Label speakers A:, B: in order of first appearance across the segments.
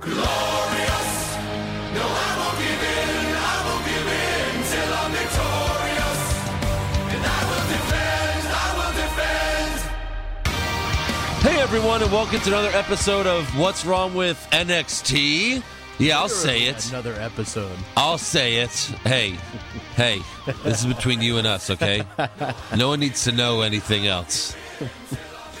A: glorious. No, I won't give in. I won't give in till I'm victorious. And I will defend. I will defend.
B: Hey everyone, and welcome to another episode of What's Wrong with NXT. Yeah, I'll say it.
C: Another episode.
B: I'll say it. Hey, hey, this is between you and us, okay? No one needs to know anything else.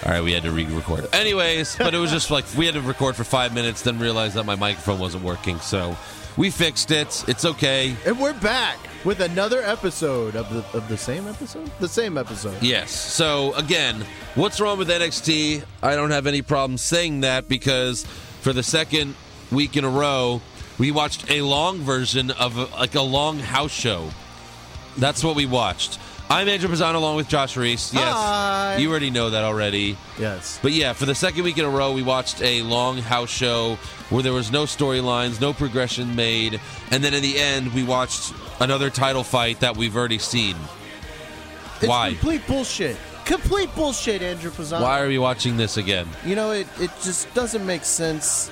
B: All right, we had to re-record. Anyways, but it was just like we had to record for five minutes, then realized that my microphone wasn't working, so we fixed it. It's okay.
C: And we're back with another episode of the of the same episode? The same episode.
B: Yes. So again, what's wrong with NXT? I don't have any problem saying that because for the second week in a row, we watched a long version of a, like a long house show. That's what we watched. I'm Andrew Pizzano along with Josh Reese. Yes,
C: Hi.
B: you already know that already.
C: Yes.
B: But yeah, for the second week in a row, we watched a long house show where there was no storylines, no progression made, and then in the end, we watched another title fight that we've already seen.
C: It's
B: Why?
C: complete bullshit. Complete bullshit, Andrew Pisano.
B: Why are we watching this again?
C: You know, it, it just doesn't make sense.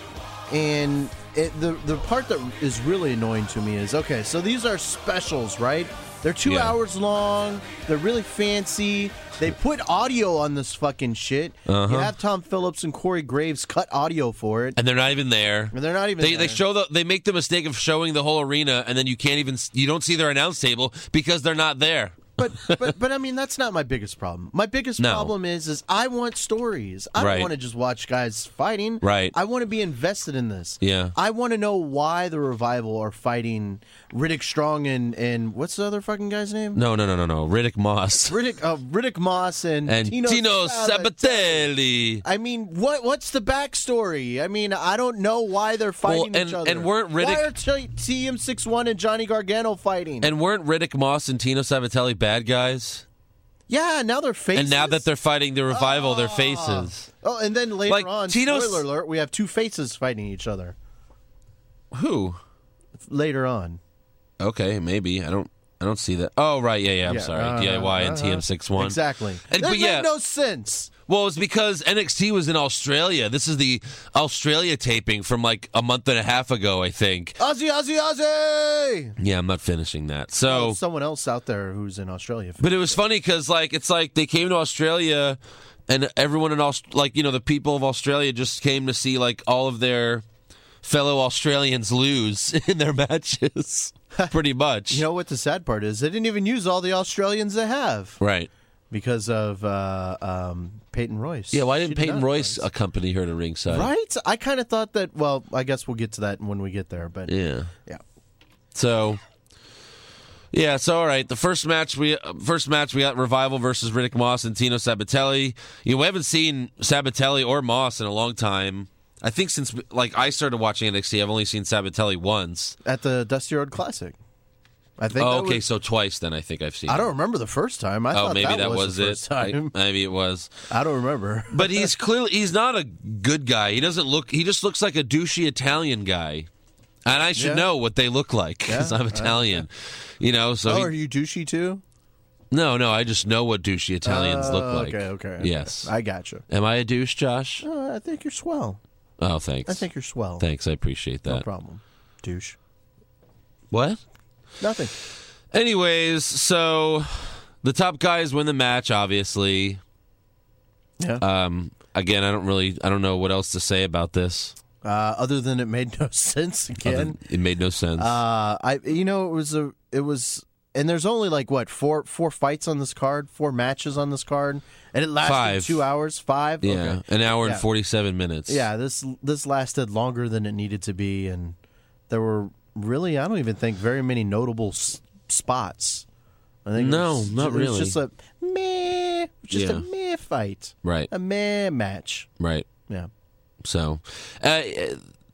C: And it, the the part that is really annoying to me is okay. So these are specials, right? They're two
B: Yeah.
C: hours long. They're really fancy. They put audio on this fucking shit.
B: Uh-huh.
C: You have Tom Phillips and Corey Graves cut audio for it,
B: and they're not even there.
C: and they're not even.
B: They,
C: there.
B: they show the they make the mistake of showing the whole arena and then you can't even you don't see their announce table because they're not there.
C: but but but I mean that's not my biggest problem. My biggest
B: No.
C: problem is is I want stories. I
B: Right.
C: don't want to just watch guys fighting.
B: Right.
C: I want to be invested in this.
B: Yeah.
C: I want to know why the revival are fighting Riddick Strong and and what's the other fucking guy's name?
B: No, no, no, no, no. Riddick Moss
C: Riddick uh, Riddick Moss and,
B: and Tino,
C: Sabat-
B: Sabatelli.
C: I mean, what what's the backstory? I mean, I don't know why they're fighting
B: and-
C: each other.
B: and weren't
C: why
B: Riddick-
C: are T- TM61 and Johnny Gargano fighting?
B: And weren't Riddick Moss and Tino Sabatelli bad guys?
C: yeah, now they're faces. Ah.
B: And now that they're fighting the revival, their faces.
C: Oh, and then later
B: Like,
C: on,
B: Tino's-
C: spoiler alert, we have two faces fighting each other
B: Who?
C: later on.
B: Okay, maybe. I don't I don't see that. Oh right, yeah, yeah. I'm
C: Yeah,
B: sorry.
C: uh-huh,
B: DIY and
C: uh-huh.
B: TM61.
C: Exactly.
B: And-
C: that
B: but yeah.
C: made no sense.
B: Well, it's because NXT was in Australia. This is the Australia taping from like a month and a half ago, I think.
C: Ozzy, Ozzy, Ozzy!
B: Yeah, I'm not finishing that. So,
C: Someone else out there who's in Australia.
B: Oh. but it was funny because like it's like they came to Australia, and everyone in Aust- like you know the people of Australia just came to see like all of their fellow Australians lose in their matches, pretty much.
C: You know what the sad part is? They didn't even use all the Australians they have
B: right?
C: because of uh, um, Peyton Royce.
B: Yeah. Why
C: She
B: didn't
C: did
B: Peyton
C: not
B: Royce uh,
C: fight.
B: accompany her to ringside?
C: Right? I kind of thought that, well, I guess we'll get to that when we get there, but
B: Yeah.
C: yeah.
B: So. Yeah, so all right. The first match we uh, first match we got Revival versus Riddick Moss and Tino Sabatelli. You know, we haven't seen Sabatelli or Moss in a long time. I think since like I started watching NXT, I've only seen Sabatelli once.
C: At the Dusty Road Classic. I think.
B: Oh,
C: that
B: okay,
C: was-
B: so twice then I think I've seen.
C: I don't
B: him.
C: remember the first time. I
B: Oh,
C: thought
B: maybe that, was,
C: was, the
B: it.
C: first time.
B: I- maybe it was.
C: I don't remember.
B: But he's clearly he's not a good guy. He doesn't look. He just looks like a douchey Italian guy. And I should
C: Yeah.
B: know what they look like because
C: Yeah,
B: I'm
C: right.
B: Italian, you know. So
C: Oh,
B: he-
C: are you douchey too?
B: No, no, I just know what douchey Italians look
C: Oh,
B: like.
C: Okay, okay.
B: Yes.
C: I gotcha.
B: Am I a douche, Josh?
C: Uh, I think you're swell.
B: Oh, thanks.
C: I think you're swell.
B: Thanks, I appreciate that.
C: no problem. Douche.
B: What?
C: Nothing.
B: Anyways, so the top guys win the match, obviously.
C: Yeah.
B: Um, again, I don't really, I don't know what else to say about this.
C: Uh, other than it made no sense
B: other
C: again.
B: than it made no sense.
C: Uh, I you know it was a it was and there's only like what four four fights on this card, four matches on this card, and it lasted
B: Five.
C: two hours, five.
B: yeah,
C: Okay.
B: an hour
C: Yeah.
B: and forty-seven minutes.
C: Yeah, this this lasted longer than it needed to be, and there were really I don't even think very many notable s- spots. I think it
B: No,
C: was-
B: not
C: It was
B: really.
C: just a meh, just
B: Yeah.
C: a meh fight,
B: Right.
C: a meh match.
B: Right.
C: Yeah,
B: So, uh,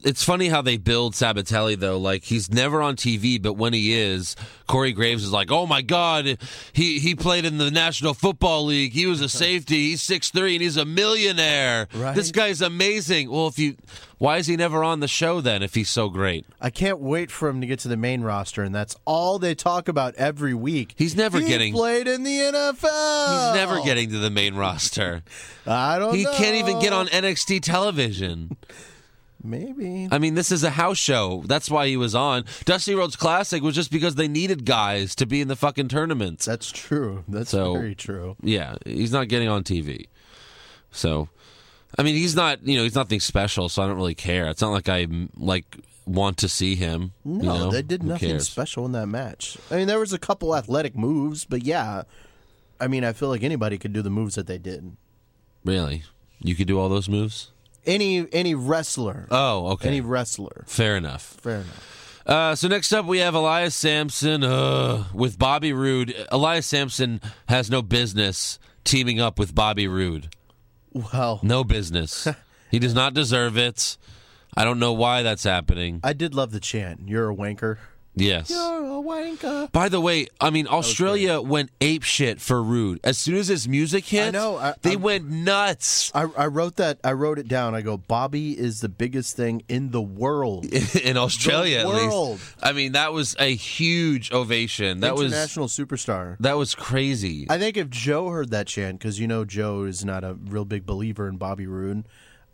B: it's funny how they build Sabatelli though. Like he's never on TV, but when he is, Corey Graves is like, "Oh my God, he he played in the National Football League. He was a safety. He's six three and he's a millionaire.
C: Right.
B: This guy's amazing." Well, if you, why is he never on the show then? If he's so great,
C: I can't wait for him to get to the main roster, and that's all they talk about every week.
B: He's never
C: He
B: getting-
C: played in the NFL.
B: he's never getting to the main roster.
C: I don't.
B: He
C: know.
B: can't even get on NXT television.
C: Maybe.
B: I mean, this is a house show. That's why he was on. Dusty Rhodes Classic was just because they needed guys to be in the fucking tournaments.
C: That's true. That's
B: So-
C: very true.
B: Yeah, he's not getting on TV. So, I mean, he's not. You know, he's nothing special. So I don't really care. It's not like I like want to see him.
C: No,
B: you know?
C: they did
B: Who
C: nothing
B: cares?
C: special in that match. I mean, there was a couple athletic moves, but yeah, I mean, I feel like anybody could do the moves that they did.
B: Really, you could do all those moves.
C: Any any wrestler,
B: Oh, okay.
C: any wrestler.
B: Fair enough.
C: Fair enough.
B: Uh, so next up, we have Elias Sampson uh, with Bobby Roode. Elias Sampson has no business teaming up with Bobby Roode.
C: Well,
B: No business. he does not deserve it. I don't know why that's happening.
C: I did love the chant. You're a wanker.
B: Yes.
C: You're a wanker.
B: By the way, I mean Australia went ape shit for Rude. As soon as his music hit,
C: know, I-
B: they
C: I'm-
B: went nuts
C: I, I wrote that. I wrote it down. I go, Bobby is the biggest thing in the world.
B: in Australia. at
C: world.
B: least. I mean, that was a huge ovation. That was
C: International superstar.
B: that was crazy.
C: I think if Joe heard that chant, because you know Joe is not a real big believer in Bobby Roode,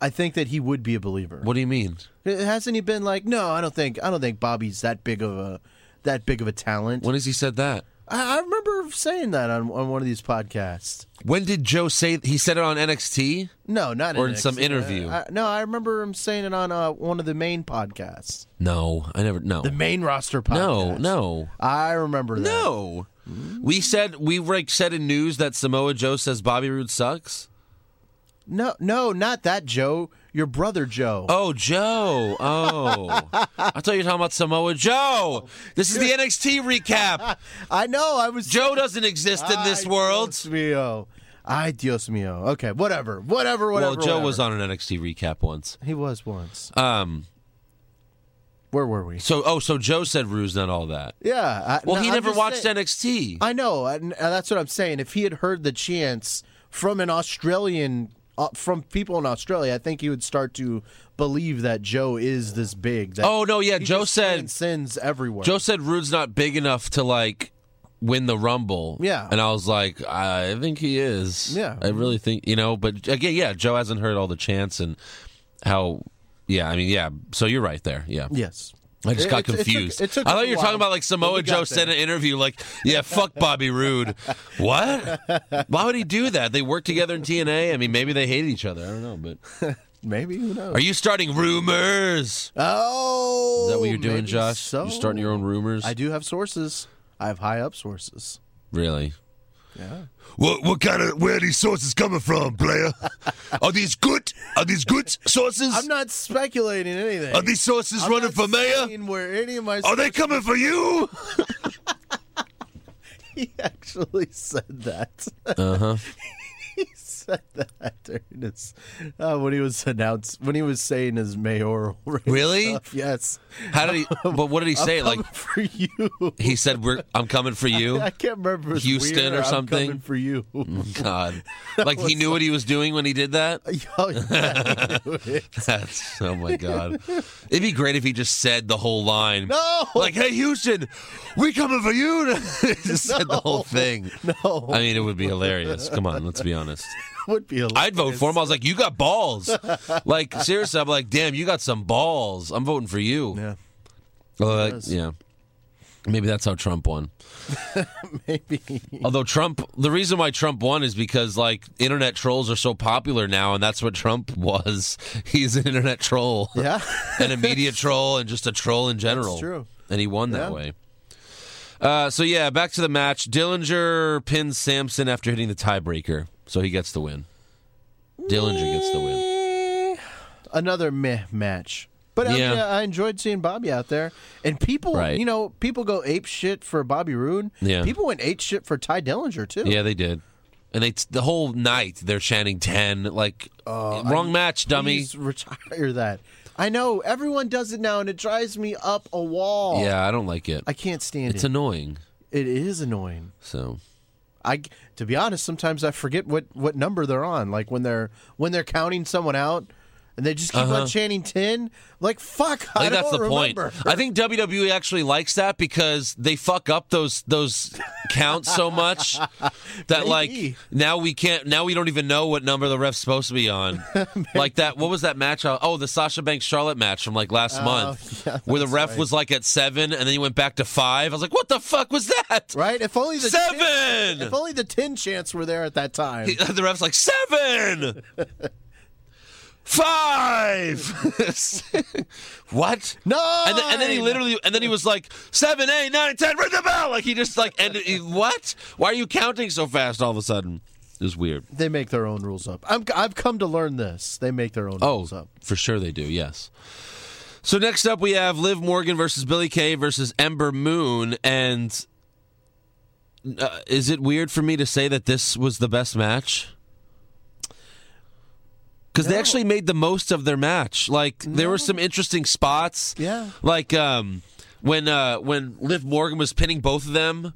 C: I think that he would be a believer.
B: what do you mean?
C: Hasn't he been like, no, I don't think, I don't think Bobby's that big of a, that big of a talent.
B: When has he said that?
C: I, I remember saying that on, on one of these podcasts.
B: When did Joe say he said it on NXT?
C: No, not
B: Or in
C: NXT.
B: some interview.
C: I, no, I remember him saying it on uh, one of the main podcasts,
B: No, I never. No,
C: the main roster
B: no,
C: podcast.
B: no,
C: I remember that.
B: no. We said we like said in news that Samoa Joe says Bobby Roode sucks.
C: no, no, not that Joe. Your brother Joe.
B: Oh, Joe. Oh. I thought you were talking about Samoa Joe. This is the NXT recap.
C: I know. I was
B: Joe doesn't exist in this
C: Ay,
B: world.
C: Dios mio. Ay, Dios mio. Okay, whatever, whatever, whatever.
B: Well, Joe was
C: whatever.
B: on an NXT recap once.
C: He was once.
B: Um.
C: Where were we?
B: So, oh, so Joe said Rue's not all that.
C: Yeah. I,
B: Well,
C: no,
B: he
C: I'm
B: never
C: just
B: watched
C: saying,
B: NXT.
C: I know, and, and that's what I'm saying. If he had heard the chants from an Australian, uh, from people in Australia, I think he would start to believe that Joe is this big. That
B: oh no, yeah.
C: he
B: Joe
C: just
B: said.
C: transcends everywhere.
B: Joe said Rude's not big enough to like win the Rumble.
C: Yeah.
B: And I was like, I think he is.
C: Yeah.
B: I really think you know. But again, yeah, Joe hasn't heard all the chants and how. Yeah, I mean, yeah. So you're right there. Yeah.
C: yes.
B: I just
C: It-
B: got
C: it- it took-
B: confused.
C: it took
B: I
C: us
B: thought
C: a
B: you were
C: while,
B: talking about like
C: but
B: Samoa
C: we
B: Joe
C: got
B: said in
C: there.
B: an interview, like, yeah, fuck Bobby Roode. what? Why would he do that? They worked together in TNA. I mean, maybe they hated each other. I don't know. But
C: Maybe who knows?
B: are you starting rumors?
C: oh,
B: Is that what you're doing,
C: maybe
B: Josh?
C: So
B: You're starting your own rumors?
C: I do have sources. I have high up sources.
B: Really?
C: Yeah.
B: What what kind of where are these sources coming from, player? are these good? Are these good sources?
C: I'm not speculating anything.
B: these sources
C: I'm not saying Where any of my
B: they coming for you?
C: he actually said that.
B: Uh huh.
C: he said that during his uh, when he was announced when he was saying his mayoral. race
B: Really?
C: stuff. Yes.
B: How did he? But what did he say? Like
C: for you.
B: he said, "We're I'm coming for you."
C: I can't remember. if it was
B: Houston
C: weird
B: or
C: I'm
B: something? Mm-hmm.
C: coming for you.
B: God. Like he knew what he was doing when he did that?
C: Oh, yeah, I knew it.
B: That's oh my god. It'd be great if he just said the whole line.
C: No!
B: Like, hey Houston, we coming for you just said the whole thing.
C: No,
B: I mean it would be hilarious. Come on, let's be honest.
C: it would be. hilarious.
B: I'd vote for him. I was like, You got balls. Like seriously, I'm like, damn, you got some balls. I'm voting for you.
C: Yeah,
B: Uh,
C: does.
B: yeah. Maybe that's how Trump won.
C: maybe.
B: Although Trump, the reason why Trump won is because like internet trolls are so popular now, and that's what Trump was. He's an internet troll,
C: Yeah.
B: and a media troll, and just a troll in general.
C: true.
B: and he won that
C: Yeah.
B: way. Uh, so yeah, back to the match. Dillinger pins Samson after hitting the tiebreaker, so he gets the win. Dillinger gets the win.
C: Eh, another meh match. But I,
B: Yeah.
C: mean, I enjoyed seeing Bobby out there, and people,
B: Right.
C: you know, people go ape shit for Bobby Roode.
B: Yeah.
C: People went ape shit for Ty Dillinger too.
B: Yeah, they did. And they the whole night they're chanting ten like
C: Uh,
B: wrong match, dummy.
C: Please retire that. I know everyone does it now, and it drives me up a wall.
B: Yeah, I don't like it.
C: I can't stand
B: It's
C: it.
B: annoying.
C: it is annoying.
B: So
C: I, to be honest, sometimes I forget what what number they're on. Like when they're when they're counting someone out, and they just keep on chanting tin. Like fuck,
B: Uh-huh.
C: I,
B: I think that's
C: don't
B: the
C: remember.
B: point. I think WWE actually likes that because they fuck up those those counts so much that
C: Maybe.
B: like now we can't now we don't even know what number the ref's supposed to be on. like that what was that match? uh, Oh, the Sasha Banks Charlotte match from like last month
C: Oh, yeah,
B: where the
C: that's
B: ref
C: right.
B: was like at 7 and then he went back to 5. I was like, "What the fuck was that?"
C: Right? If only the tin-
B: Seven!
C: if only the tin chants were there at that time.
B: the ref's like seven, five, what?
C: No.
B: And then, and then he literally, and then he was like seven, eight, nine, ten, ring the bell. Like he just like ended. He, what? Why are you counting so fast all of a sudden? It was weird.
C: they make their own rules up. I'm, I've come to learn this. They make their
B: Oh.
C: own rules up.
B: for sure they do. Yes. So next up we have Liv Morgan versus Billy Kay versus Ember Moon, and uh, is it weird for me to say that this was the best match? Because they actually made the most of their match. Like there were some interesting spots.
C: Yeah.
B: Like um, when uh, when Liv Morgan was pinning both of them.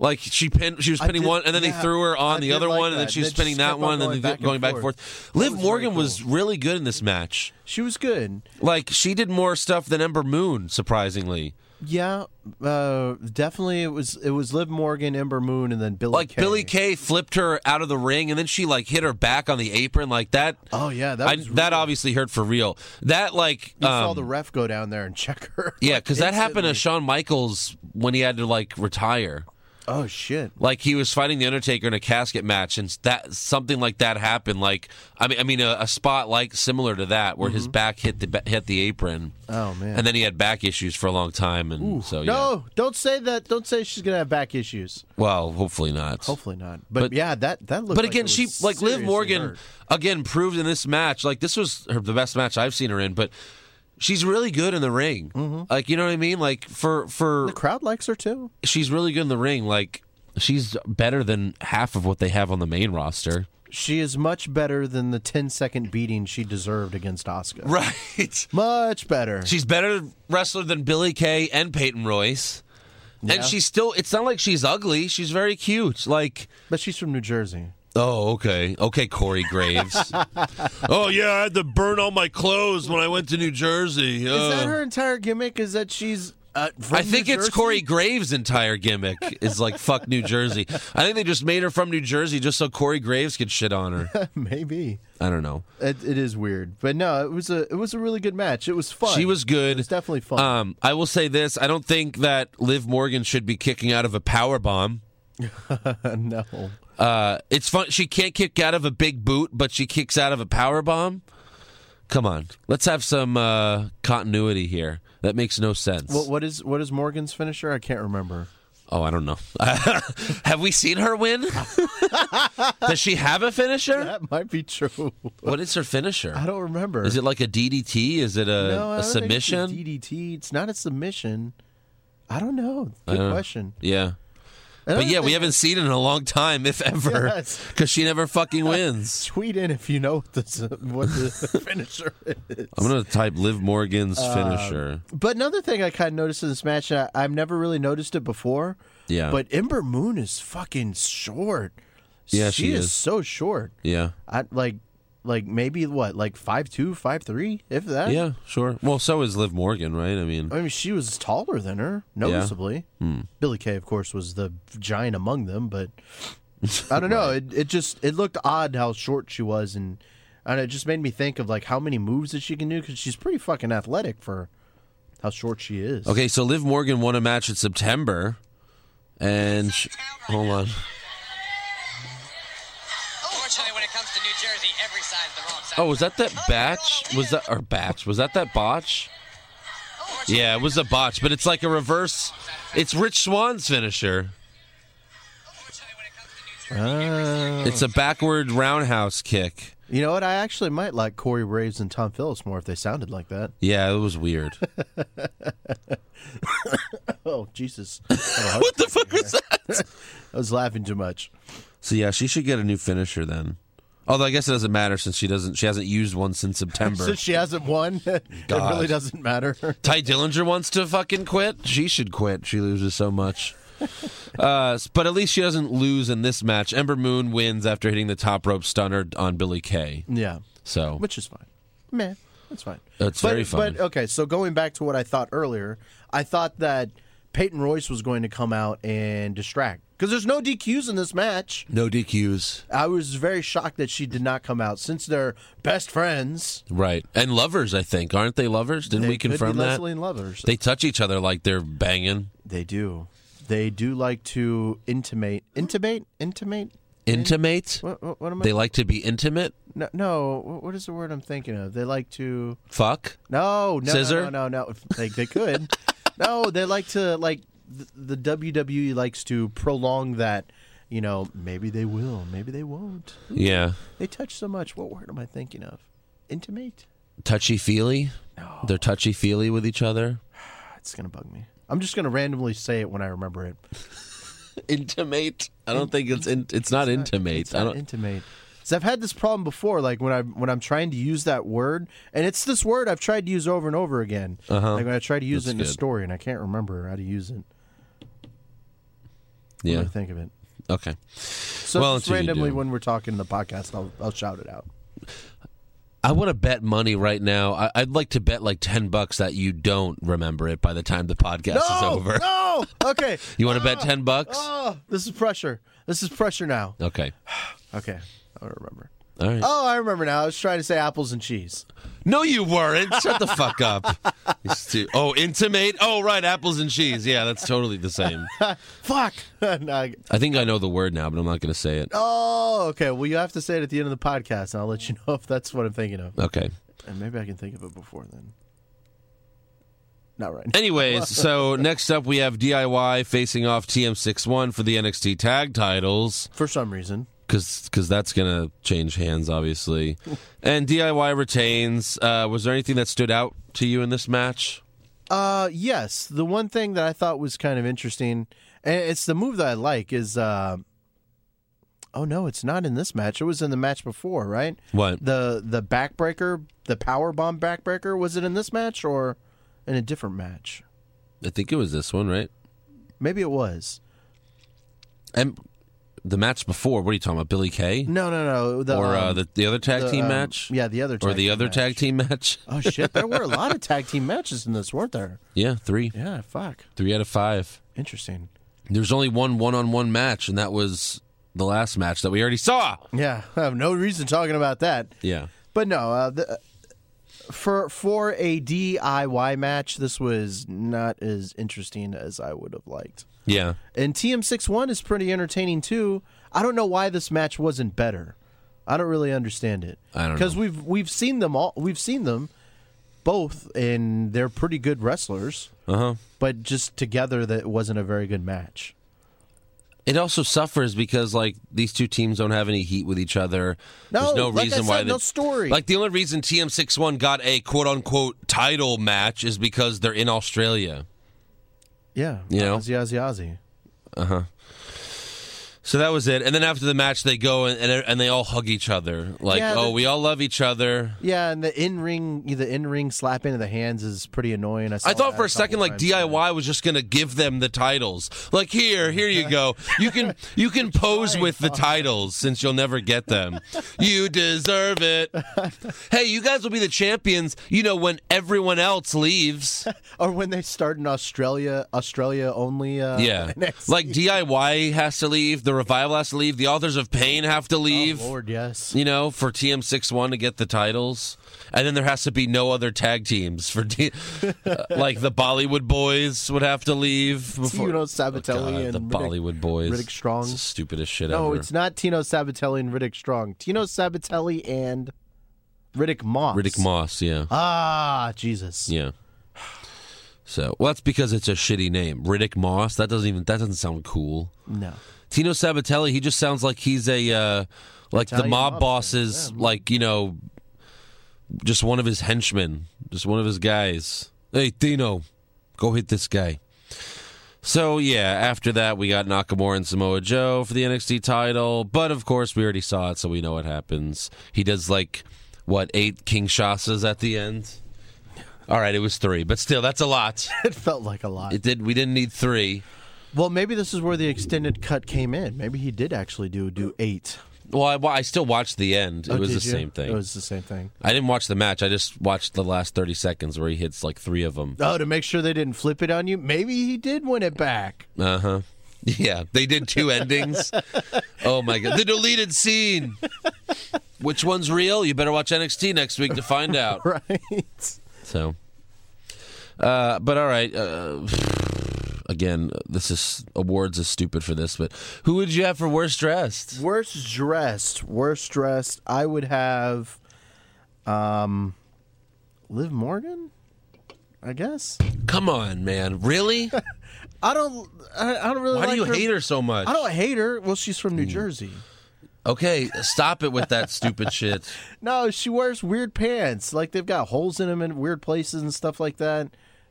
B: Like she pinned, she was
C: I
B: pinning
C: did-
B: one, and then
C: yeah,
B: they threw her on
C: I
B: the
C: did
B: other
C: like
B: one, and then
C: that.
B: she was
C: They just
B: pinning
C: kept
B: that
C: on
B: one, and then
C: going back and
B: going back and
C: forth.
B: forth.
C: That
B: Liv
C: was very
B: Morgan was
C: cool.
B: really good in this match.
C: She was good.
B: Like she did more stuff than Ember Moon, surprisingly.
C: Yeah, uh, definitely. It was it was Liv Morgan, Ember Moon, and then Billy.
B: Like
C: Kay.
B: Billy Kay flipped her out of the ring, and then she like hit her back on the apron like that.
C: Oh yeah, that
B: I,
C: was
B: that
C: real.
B: obviously hurt for real. That like
C: You
B: um,
C: saw the ref go down there and check her.
B: yeah, because that happened to
C: Instantly.
B: Shawn Michaels when he had to like retire.
C: Oh shit!
B: Like he was fighting the Undertaker in a casket match, and that something like that happened. Like I mean, I mean a, a spot like similar to that where his back hit the ba- hit the apron.
C: Mm-hmm. Oh, man.
B: And then he had back issues for a long time, and so yeah.
C: No, don't say that. Don't say she's gonna have back issues.
B: Well, hopefully not.
C: Hopefully not. But,
B: But-
C: yeah, that that looked.
B: But
C: like
B: again,
C: it was
B: she like Liv
C: seriously
B: Morgan
C: hurt.
B: again proved in this match. Like this was her, the best match I've seen her in, but she's really good in the ring.
C: Mm-hmm.
B: Like you know what I mean? Like for for
C: The crowd likes her too.
B: she's really good in the ring. Like she's better than half of what they have on the main roster.
C: She is much better than the 10 second beating she deserved against Oscar.
B: Right.
C: Much better.
B: She's better wrestler than Billy Kay and Peyton Royce.
C: Yeah.
B: And she's still it's not like she's ugly. She's very cute. Like
C: but she's from New Jersey.
B: Oh, okay. Okay, Corey Graves. oh, yeah, I had to burn all my clothes when I went to New Jersey.
C: Is
B: Uh,
C: that her entire gimmick? Is that she's uh, from
B: I think
C: New
B: it's
C: Jersey?
B: Corey Graves' entire gimmick is like fuck New Jersey. I think they just made her from New Jersey just so Corey Graves could shit on her.
C: Maybe
B: I don't know.
C: it, it is weird, but no, it was a it was a really good match. It was fun.
B: She was good.
C: It's definitely fun.
B: Um, I will say this: I don't think that Liv Morgan should be kicking out of a power bomb.
C: no,
B: Uh, it's fun. She can't kick out of a big boot, but she kicks out of a power bomb. Come on, let's have some uh, continuity here. That makes no sense.
C: what, what is what is Morgan's finisher? I can't remember.
B: oh, I don't know. have we seen her win? Does she have a finisher?
C: That might be true.
B: What is her finisher?
C: I don't remember.
B: Is it like a DDT? Is it a,
C: no, I
B: a
C: don't think it's a
B: submission?
C: DDT. It's not a submission. I don't know. Good question.
B: yeah. Uh, But yeah, we haven't seen it in a long time, if ever,
C: Yes.
B: because she never fucking wins.
C: Tweet in if you know what the, what the finisher is.
B: I'm gonna type Liv Morgan's
C: Uh,
B: finisher.
C: But another thing I kind of noticed in this match, and I, I've never really noticed it before.
B: Yeah.
C: But Ember Moon is fucking short.
B: Yeah, she
C: is.
B: is.
C: so short.
B: Yeah,
C: I like, like maybe what, like five two, five three, if that.
B: yeah, sure. Well, so is Liv Morgan, right? I mean,
C: I mean, she was taller than her, noticeably.
B: Hmm.
C: Billy Kay, of course, was the giant among them, but I don't know. It, it just it looked odd how short she was, and and it just made me think of like how many moves that she can do because she's pretty fucking athletic for how short she is.
B: Okay, so Liv Morgan won a match in September, and sh- hold on.
D: Unfortunately, when it comes to New Jersey, every side's the wrong side.
B: Oh, was that that batch? Was that or batch? Was that that botch? Yeah, it was a botch, but it's like a reverse. It's Rich Swan's finisher.
D: Unfortunately, when it comes to New Jersey.
C: Uh,
B: It's a backward roundhouse kick.
C: you know what? I actually might like Corey Graves and Tom Phillips more if they sounded like that.
B: Yeah, it was weird.
C: Oh Jesus! I have a heart-
B: what the fuck was that?
C: I was laughing too much.
B: So yeah, she should get a new finisher then. Although I guess it doesn't matter since she doesn't she hasn't used one since September.
C: Since she hasn't won, it
B: God.
C: really doesn't matter.
B: Ty Dillinger wants to fucking quit. She should quit. She loses so much. Uh, but at least she doesn't lose in this match. Ember Moon wins after hitting the top rope stunner on Billy Kay.
C: yeah,
B: So
C: which is fine. meh, that's fine.
B: That's
C: but,
B: very fine.
C: But okay, so going back to what I thought earlier, I thought that Peyton Royce was going to come out and distract because there's no DQs in this match.
B: No DQs.
C: I was very shocked that she did not come out since they're best friends.
B: Right. And lovers, I think. Aren't they lovers? Didn't
C: They
B: we
C: could be
B: confirm that?
C: Leslie and lovers.
B: They touch each other like they're banging.
C: They do. They do like to intimate, intimate, intimate.
B: Intimate?
C: What, what, what am I?
B: They like to be intimate?
C: no, no, what- what is the word I'm thinking of? They like to.
B: Fuck?
C: No, no,
B: Scissor?
C: no, no, no. no. They, they could. no, they like to like th- the WWE likes to prolong that. You know, maybe they will, maybe they won't.
B: Yeah.
C: They touch so much. What word am I thinking of? Intimate.
B: Touchy feely? No. They're touchy feely with each other?
C: It's gonna bug me. I'm just gonna randomly say it when I remember it.
B: Intimate? I don't think it's in, it's not intimate.
C: It's
B: I
C: not
B: don't
C: intimate. 'Cause I've had this problem before, like when I when I'm trying to use that word, and it's this word I've tried to use over and over again. Uh-huh. Like when I try to use
B: That's
C: it in a
B: good.
C: story, and I can't remember how to use it. When
B: Yeah.
C: I think of it.
B: Okay.
C: So
B: Well,
C: just
B: until you
C: randomly
B: do.
C: when we're talking in the podcast, I'll I'll shout it out.
B: I want to bet money right now. I, I'd like to bet like ten bucks that you don't remember it by the time the podcast is over.
C: no, okay.
B: You want to bet ten bucks?
C: Oh, this is pressure. This is pressure now.
B: Okay.
C: Okay, I don't remember.
B: All right.
C: Oh, I remember now. I was trying to say apples and cheese.
B: No, you weren't. Shut the fuck up. You stu- oh, intimate. Oh, right, apples and cheese. Yeah, that's totally the same.
C: Fuck. No, I-
B: I think I know the word now, but I'm not going to say it.
C: oh, okay. Well, you have to say it at the end of the podcast, and I'll let you know if that's what I'm thinking of.
B: Okay.
C: And maybe I can think of it before then. Not right. now.
B: Anyways, so next up we have DIY facing off TM61 for the NXT tag titles
C: For some reason,
B: because that's going to change hands, obviously. And DIY retains. Uh, was there anything that stood out to you in this match?
C: Uh, yes. The one thing that I thought was kind of interesting, and it's the move that I like, is uh, oh no, it's not in this match. It was in the match before, right?
B: What?
C: the the backbreaker, the power bomb backbreaker? Was it in this match or in a different match?
B: I think it was this one, right?
C: Maybe it was.
B: And the match before, what are you talking about? Billy Kay?
C: No, no, no. The,
B: or uh,
C: um,
B: the, the other tag
C: the,
B: team
C: um,
B: match?
C: Yeah, the other tag
B: or the
C: team
B: other
C: match.
B: tag team match?
C: Oh shit, there were a lot of tag team matches in this, weren't there?
B: Yeah, three.
C: Yeah, fuck.
B: Three out of five.
C: Interesting.
B: There's only one one on one match, and that was the last match that we already saw.
C: Yeah, I have no reason talking about that.
B: Yeah.
C: But no, uh, the, for for a DIY match, this was not as interesting as I would have liked.
B: Yeah.
C: And TM61 is pretty entertaining too. I don't know why this match wasn't better. I don't really understand it.
B: I don't know.
C: because we've we've seen them all. We've seen them both, and they're pretty good wrestlers.
B: Uh huh.
C: But just together, that wasn't a very good match.
B: It also suffers because like these two teams don't have any heat with each other.
C: No,
B: There's no
C: like I
B: reason
C: said,
B: why they,
C: no story.
B: Like the only reason TM61 got a quote unquote title match is because they're in Australia.
C: Yeah,
B: You know?
C: Ozzy, Ozzy, Ozzy.
B: So that was it. And then after the match, they go and and, and they all hug each other. Like,
C: Yeah,
B: oh,
C: the-
B: we all love each other.
C: Yeah, and the in ring, the in ring slapping of the hands is pretty annoying. I, saw
B: I thought
C: that
B: for a
C: couple
B: second like
C: times.
B: DIY was just gonna give them the titles. Like here, here you go. You can you can pose with the titles since you'll never get them. You deserve it. Hey, you guys will be the champions. You know when everyone else leaves.
C: or when they start in Australia, Australia only. Uh,
B: Yeah,
C: NXT.
B: like DIY has to leave. The revival has to leave. The authors of pain have to
C: Oh,
B: leave.
C: Lord, yes.
B: you know, for TM61 to get the titles. And then there has to be no other tag teams for D- uh, like the Bollywood boys would have to leave before
C: Tino Sabatelli
B: Oh, God,
C: and
B: the
C: Riddick-
B: Bollywood boys.
C: Riddick Strong.
B: It's the stupidest shit
C: No,
B: ever.
C: it's not Tino Sabatelli and Riddick Strong. Tino Sabatelli and Riddick Moss.
B: Riddick Moss, yeah.
C: Ah, Jesus.
B: yeah. So, well, that's because it's a shitty name. Riddick Moss, that doesn't even that doesn't sound cool.
C: No.
B: Tino Sabatelli, he just sounds like he's a uh, like the
C: Italian
B: mob,
C: mob
B: bosses, like you know, just one of his henchmen, just one of his guys. Hey, Tino, go hit this guy. So yeah, after that we got Nakamura and Samoa Joe for the NXT title, but of course we already saw it, so we know what happens. He does like what eight Kinshasas at the end. All right, it was three, but still that's a lot.
C: It felt like a lot.
B: It did. We didn't need three.
C: well, maybe this is where the extended cut came in. Maybe he did actually do do eight.
B: Well, I, wa- I still watched the end. It
C: Oh,
B: was the
C: did you?
B: same thing.
C: It was the same thing.
B: I didn't watch the match. I just watched the last thirty seconds where he hits like three of them.
C: Oh, to make sure they didn't flip it on you. Maybe he did win it back.
B: Uh huh. Yeah, they did two endings. Oh my god, the deleted scene. Which one's real? You better watch NXT next week to find out.
C: Right.
B: So, uh, but all right. Uh, again, this is awards is stupid for this, but who would you have for worst dressed?
C: Worst dressed. Worst dressed. I would have, um, Liv Morgan. I guess.
B: Come on, man, really?
C: I don't. I, I don't really.
B: Why do
C: like
B: you hate her so much?
C: I don't hate her. Well, she's from New Jersey.
B: Okay, stop it with that stupid shit.
C: No, she wears weird pants. Like they've got holes in them in weird places and stuff like that.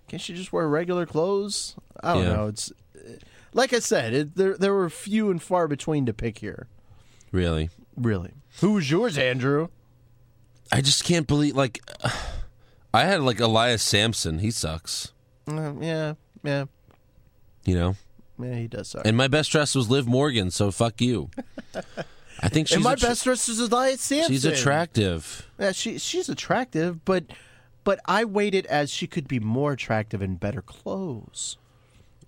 C: Can't she just wear regular clothes? I don't
B: Yeah.
C: know. It's eh, like I said. It, there there were few and far between to pick here.
B: Really,
C: Really. Who was yours, Andrew?
B: I just can't believe. Like, I had like Elias Sampson. He sucks.
C: Mm, yeah, yeah,
B: You know.
C: yeah. He does suck. And,
B: And my best dress was Liv Morgan, so fuck you. I think she's
C: my
B: attra-
C: best dress is Elias Sampson.
B: she's attractive.
C: Yeah, she she's attractive, but but I weighed it as she could be more attractive in better clothes.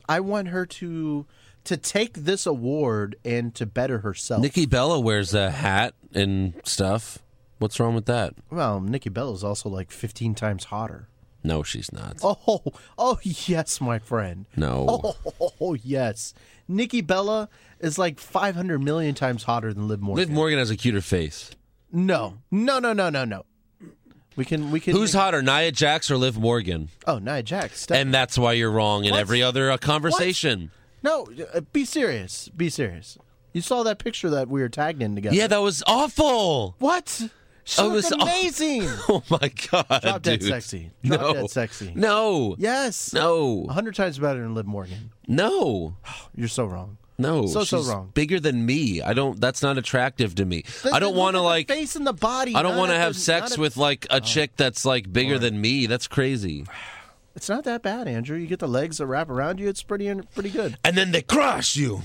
C: I want her to to take this award and to better herself.
B: Nikki Bella wears a hat and stuff. What's wrong with that?
C: Well, Nikki Bella is also like 15 times hotter.
B: No, she's not.
C: Oh, oh yes, my friend.
B: No.
C: Oh, yes. Nikki Bella is like 500 million times hotter than Liv Morgan.
B: Liv Morgan has a cuter face.
C: no. No, no, no, no, no. We can we can
B: Who's hotter, Nia Jax or Liv Morgan?
C: Oh, Nia Jax. Steph-
B: And that's why you're wrong in
C: What?
B: every other uh, conversation.
C: No, uh, be serious. Be serious. You saw that picture that we were tagged in together.
B: Yeah, that was awful.
C: what? She
B: Oh, it
C: was
B: was-
C: amazing.
B: Oh my god,
C: Drop dead
B: dude.
C: sexy. Drop
B: no.
C: dead sexy.
B: No.
C: Yes.
B: No.
C: 100 times better than Liv Morgan.
B: No.
C: You're so wrong.
B: No.
C: So, so
B: she's
C: wrong.
B: Bigger than me. I don't. That's not attractive to me. I don't
C: Look
B: want
C: at
B: to
C: the
B: like.
C: face and the body.
B: I don't
C: not
B: want to
C: at
B: have
C: the-
B: sex
C: not Oh. at-
B: with like a chick that's like bigger than me. That's crazy.
C: It's not that bad, Andrew. You get the legs that wrap around you. It's pretty pretty good.
B: And then they crush you.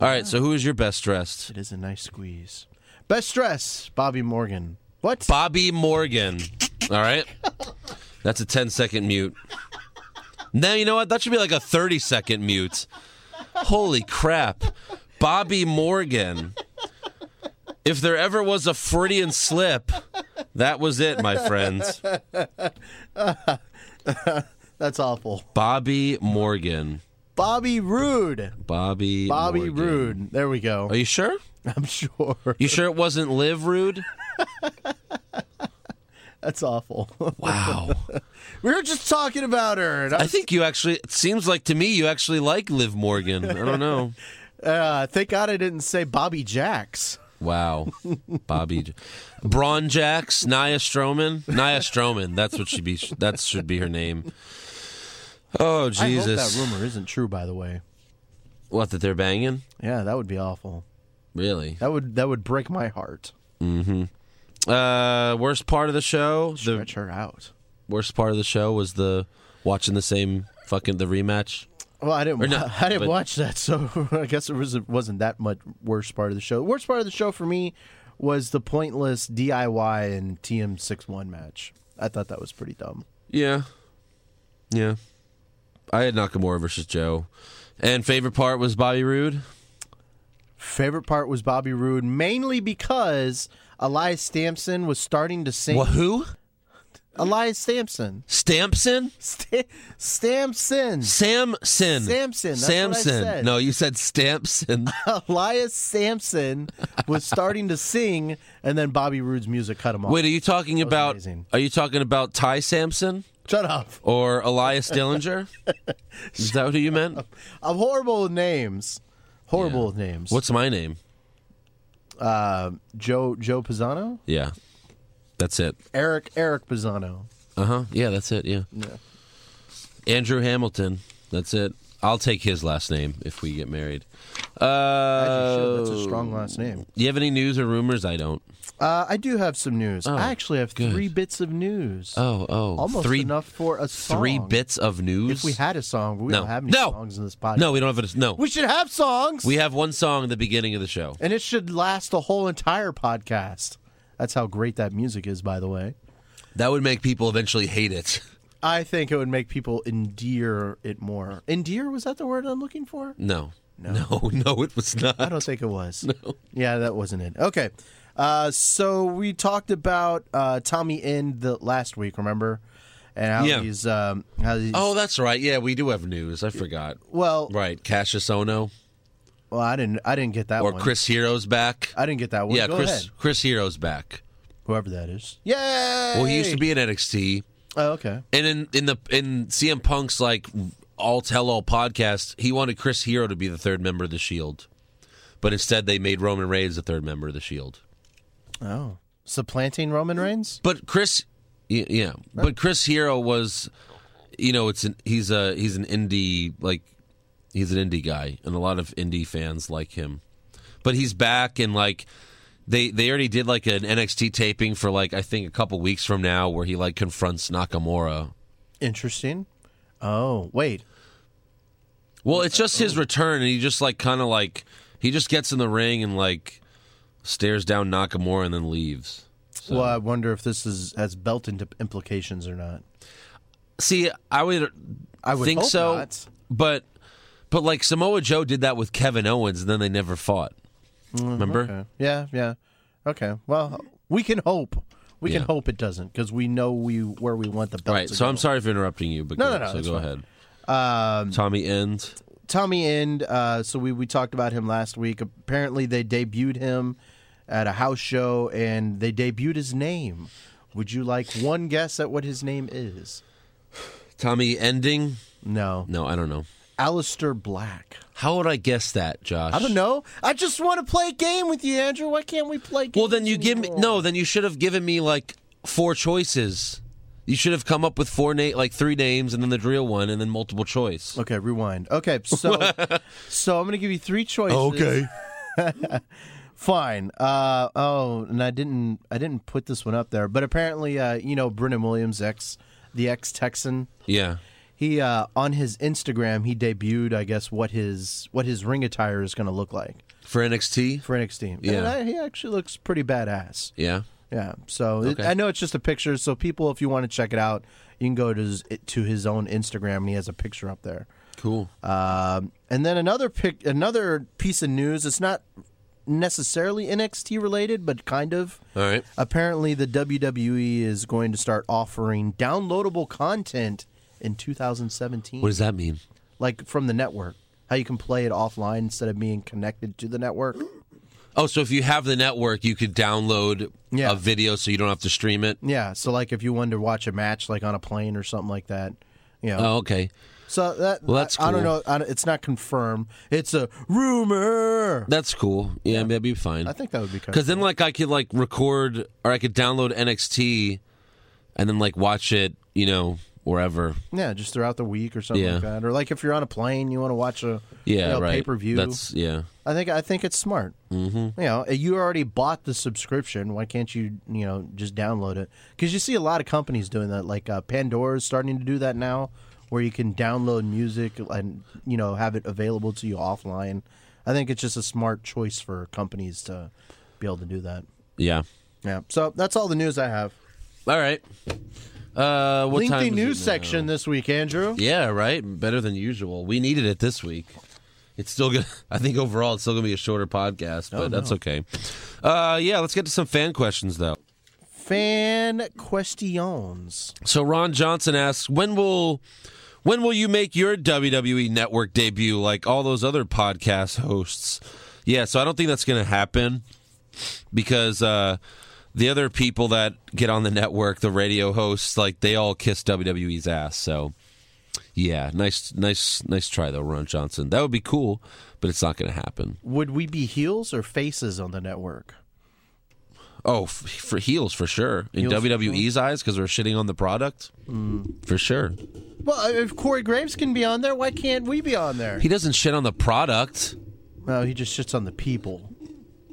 B: All right. So who is your best dressed?
C: It is a nice squeeze. Best dress, Bobby Morgan. What?
B: Bobby Morgan. All right. That's a 10 second mute. Now, you know what? That should be like a 30 second mute. Holy crap. Bobby Morgan. If there ever was a Freudian slip, that was it, my friends.
C: That's awful.
B: Bobby Morgan.
C: Bobby Rude.
B: Bobby
C: Bobby
B: Morgan.
C: Rude. There we go.
B: Are you sure?
C: I'm sure.
B: You sure it wasn't Liv Rude?
C: That's awful.
B: Wow.
C: we were just talking about her. And I,
B: I think you actually, it seems like to me you actually like Liv Morgan. I don't know.
C: uh, thank God I didn't say Bobby Jax.
B: Wow, Bobby, J- Braun Jax, Nia Stroman, Nia Stroman. That's what she be. That should be her name. Oh Jesus!
C: I hope that rumor isn't true, by the way.
B: What that they're banging?
C: Yeah, that would be awful.
B: Really?
C: That would that would break my heart.
B: Uh, worst part of the show. The
C: Stretch her out.
B: worst part of the show was the watching the same fucking the rematch.
C: Well, I didn't.
B: not,
C: I didn't
B: but-
C: watch that, so I guess it was it wasn't that much worst part of the show. The worst part of the show for me was the pointless DIY and TM six one match. I thought that was pretty dumb.
B: Yeah, yeah. I had Nakamura versus Joe, and favorite part was Bobby Roode.
C: Favorite part was Bobby Roode, mainly because Elias Sampson was starting to sing.
B: What? Who?
C: Elias Sampson,
B: Stampson?
C: Sta- Sampson,
B: Samson.
C: Samson, that's what I
B: Samson.
C: said.
B: No, you said Stampson.
C: Elias Sampson was starting to sing, and then Bobby Roode's music cut him off.
B: Wait, are you talking about?
C: amazing.
B: Are you talking about Ty Sampson
C: Shut up!
B: or Elias Dillinger? Is that who you meant?
C: I'm horrible with names. Horrible with names.
B: What's my name?
C: Joe Joe Pisano?
B: Yeah, that's it. Uh-huh.
C: Eric Eric Pisano.
B: Uh huh. Yeah, that's it. Yeah. Andrew Hamilton. That's it. I'll take his last name if we get married.
C: As you should.
B: Uh,
C: That's a strong last name.
B: do you have any news or rumors? I don't.
C: Uh, I do have some news. I actually have
B: Oh, good.
C: three bits of news.
B: Oh, oh,
C: Almost
B: three-
C: enough for a song.
B: Three bits of news.
C: If we had a song, but we
B: No.
C: don't have any
B: No.
C: songs in this podcast.
B: no, we don't have a no.
C: We should have songs.
B: We have one song at the beginning of the show.
C: and it should last the whole entire podcast. That's how great that music is, by the way.
B: That would make people eventually hate it.
C: I think it would make people endear it more. Endear was that the word I'm looking for?
B: No, no, no, it was not.
C: I don't think it was. No. Yeah, that wasn't it. Okay. Uh, so we talked about uh, Tommy in the last week, remember? And how
B: Yeah.
C: he's um, how he's
B: Oh, that's right. Yeah, we do have news. I forgot.
C: well,
B: Right, Cassius Ono
C: well, I didn't I didn't get that
B: or
C: one.
B: Chris Hero's back.
C: I didn't get that one.
B: yeah,
C: Go
B: Chris
C: ahead.
B: Chris Hero's back.
C: whoever that is. Yay! Well,
B: Well, he used to be in NXT,
C: Oh, okay.
B: and in in the in CM Punk's like all tell all podcast, he wanted Chris Hero to be the third member of the Shield, but instead they made Roman Reigns the third member of the Shield.
C: Oh, supplanting Roman Reigns.
B: But Chris, y- yeah, but Chris Hero was, you know, it's an he's a he's an indie like he's an indie guy, and a lot of indie fans like him. But he's back, and like they they already did like an NXT taping for like I think a couple weeks from now, where he like confronts Nakamura.
C: Interesting. Oh, wait.
B: Well, it's just his return, and he just like kind of like he just gets in the ring and like stares down Nakamura and then leaves.
C: Well, I wonder if this is has belt into implications or not.
B: See, I would
C: I would
B: think
C: hope
B: so,
C: not.
B: but but like Samoa Joe did that with Kevin Owens, and then they never fought. Remember?
C: Mm-hmm. Okay. Yeah, yeah. Okay. Well, we can hope. We can
B: Yeah.
C: hope it doesn't because we know we where we want the belt.
B: Right.
C: To
B: So
C: go.
B: I'm sorry for interrupting you, but go,
C: No, no, no,
B: so
C: that's
B: go
C: fine. Um,
B: ahead. Tommy End.
C: Tommy End. Uh, so we we talked about him last week. Apparently, they debuted him at a house show and they debuted his name. Would you like one guess at what his name is?
B: Tommy ending?
C: No,
B: No, I don't know.
C: Alistair Black.
B: How would I guess that, Josh?
C: I don't know. I just want to play a game with you, Andrew. Why can't we play? Games
B: Well, then you give me
C: anymore?
B: no. Then you should have given me like four choices. You should have come up with four na- like three names, and then the real one, and then multiple choice.
C: Okay, rewind. Okay, so so I'm gonna give you three choices. fine. Uh, oh, and I didn't I didn't put this one up there, but apparently, uh, you know, Brennan Williams, ex the ex Texan,
B: Yeah.
C: he uh, on his Instagram he debuted, I guess, what his what his ring attire is gonna look like
B: For NXT.
C: for NXT. And
B: Yeah.
C: I- he actually looks pretty badass.
B: Yeah.
C: Yeah. So it-
B: Okay.
C: I know it's just a picture. So people, if you want to check it out, you can go to his, to his own Instagram, and he has a picture up there.
B: Cool.
C: Um, and then another pick, another piece of news. It's not necessarily NXT related, but kind of.
B: All right.
C: Apparently, the WWE is going to start offering downloadable content in 2017,
B: What does that mean?
C: like from the network. How you can play it offline instead of being connected to the network.
B: Oh, so if you have the network, you could download
C: Yeah.
B: a video so you don't have to stream it.
C: Yeah. So, like, if you wanted to watch a match, like on a plane or something like that, you know.
B: Oh, okay.
C: So that
B: Well, that's
C: I, I don't
B: cool.
C: know. I, don't- it's not confirmed. It's a rumor.
B: That's cool. Yeah, that'd be fine.
C: I think that would be kind
B: Because then, like, I could like record or I could download NXT, and then like watch it, you know, wherever.
C: Yeah, just throughout the week or something
B: Yeah.
C: like that. Or like if you're on a plane, you want to watch a
B: Yeah,
C: you know,
B: right.
C: pay per view.
B: That's yeah.
C: I think I think it's smart. Mm-hmm. You know, you already bought the subscription. Why can't you you know just download it? Because you see a lot of companies doing that. Like uh, Pandora is starting to do that now, where you can download music and you know have it available to you offline. I think it's just a smart choice for companies to be able to do that.
B: Yeah.
C: Yeah. So that's all the news I have.
B: All right. Uh, what time
C: Lengthy
B: is it
C: news
B: now?
C: section this week, Andrew.
B: Yeah, right. Better than usual. We needed it this week. It's still gonna. I think overall, it's still gonna be a shorter podcast,
C: Oh,
B: but that's okay. Uh, yeah, let's get to some fan questions though.
C: Fan questions.
B: So Ron Johnson asks, when will when will you make your WWE network debut like all those other podcast hosts? Yeah, so I don't think that's going to happen because uh the other people that get on the network, the radio hosts, like they all kiss WWE's ass. So yeah, nice nice nice try though, Ron Johnson. That would be cool, but it's not going to happen.
C: Would we be heels or faces on the network?
B: Oh, f- for heels for sure. In
C: Heels for Mm.
B: WWE's eyes, because they're shitting on the product, for sure.
C: Well, if Corey Graves can be on there, why can't we be on there?
B: He doesn't shit on the product.
C: No, he just shits on the people.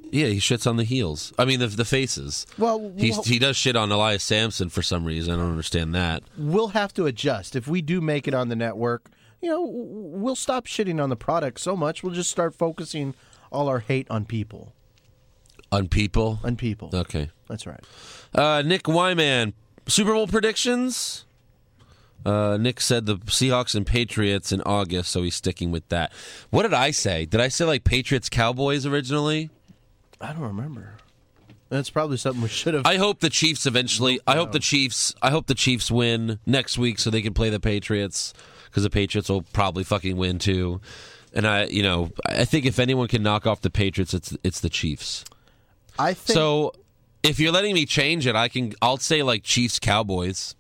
B: Yeah, he shits on the heels. I mean, the the faces.
C: Well,
B: he
C: well-
B: he does shit on Elias Sampson for some reason. I don't understand that.
C: We'll have to adjust if we do make it on the network. You know, w- we'll stop shitting on the product so much. We'll just start focusing all our hate on people.
B: On people.
C: On people.
B: Okay.
C: That's right.
B: Uh, Nick Wyman, Super Bowl predictions. Uh, Nick said the Seahawks and Patriots in August, so he's sticking with that. What did I say? Did I say like Patriots Cowboys originally?
C: I don't remember. That's probably something we should have.
B: I hope the Chiefs eventually. I hope the Chiefs. I hope the Chiefs win next week so they can play the Patriots because the Patriots will probably fucking win too. And I, you know, I think if anyone can knock off the Patriots, it's it's the Chiefs.
C: I think
B: So if you're letting me change it, I can. I'll say like Chiefs Cowboys.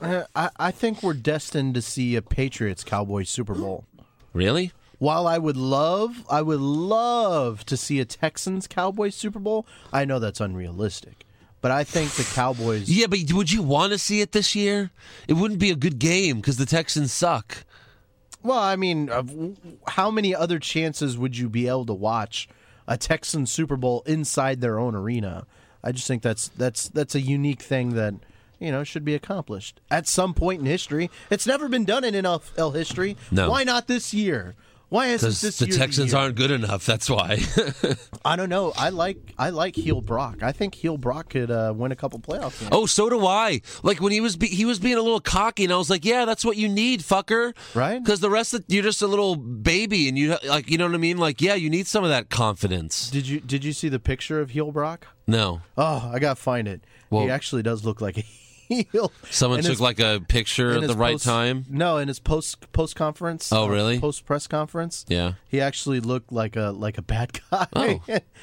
C: uh, I, I think we're destined to see a Patriots Cowboys Super Bowl.
B: Really?
C: While I would love, I would love to see a Texans Cowboys Super Bowl. I know that's unrealistic, but I think the Cowboys.
B: Yeah, but would you want to see it this year? It wouldn't be a good game because the Texans suck.
C: Well, I mean, of- how many other chances would you be able to watch a Texans Super Bowl inside their own arena? I just think that's that's that's a unique thing that you know should be accomplished at some point in history. It's never been done in NFL history.
B: No.
C: Why not this year? Why isn't
B: Because
C: this
B: the
C: year
B: Texans
C: year?
B: aren't good enough. That's why.
C: I don't know. I like I like heel Brock. I think heel Brock could uh, win a couple playoff games.
B: Oh, so do I. Like when he was be- he was being a little cocky, and I was like, "Yeah, that's what you need, fucker."
C: Right.
B: Because the rest of you're just a little baby, and you like you know what I mean. Like, yeah, you need some of that confidence.
C: Did you did you see the picture of heel Brock?
B: No,
C: Oh, I gotta find it.
B: Well-
C: he actually does look like a heel.
B: someone
C: And
B: took
C: his-
B: like a picture
C: in
B: at the
C: his
B: right
C: post-
B: time.
C: No, in his post post conference. Uh,
B: Oh, really?
C: Post press conference.
B: Yeah.
C: He actually looked like a like a bad guy.
B: Oh,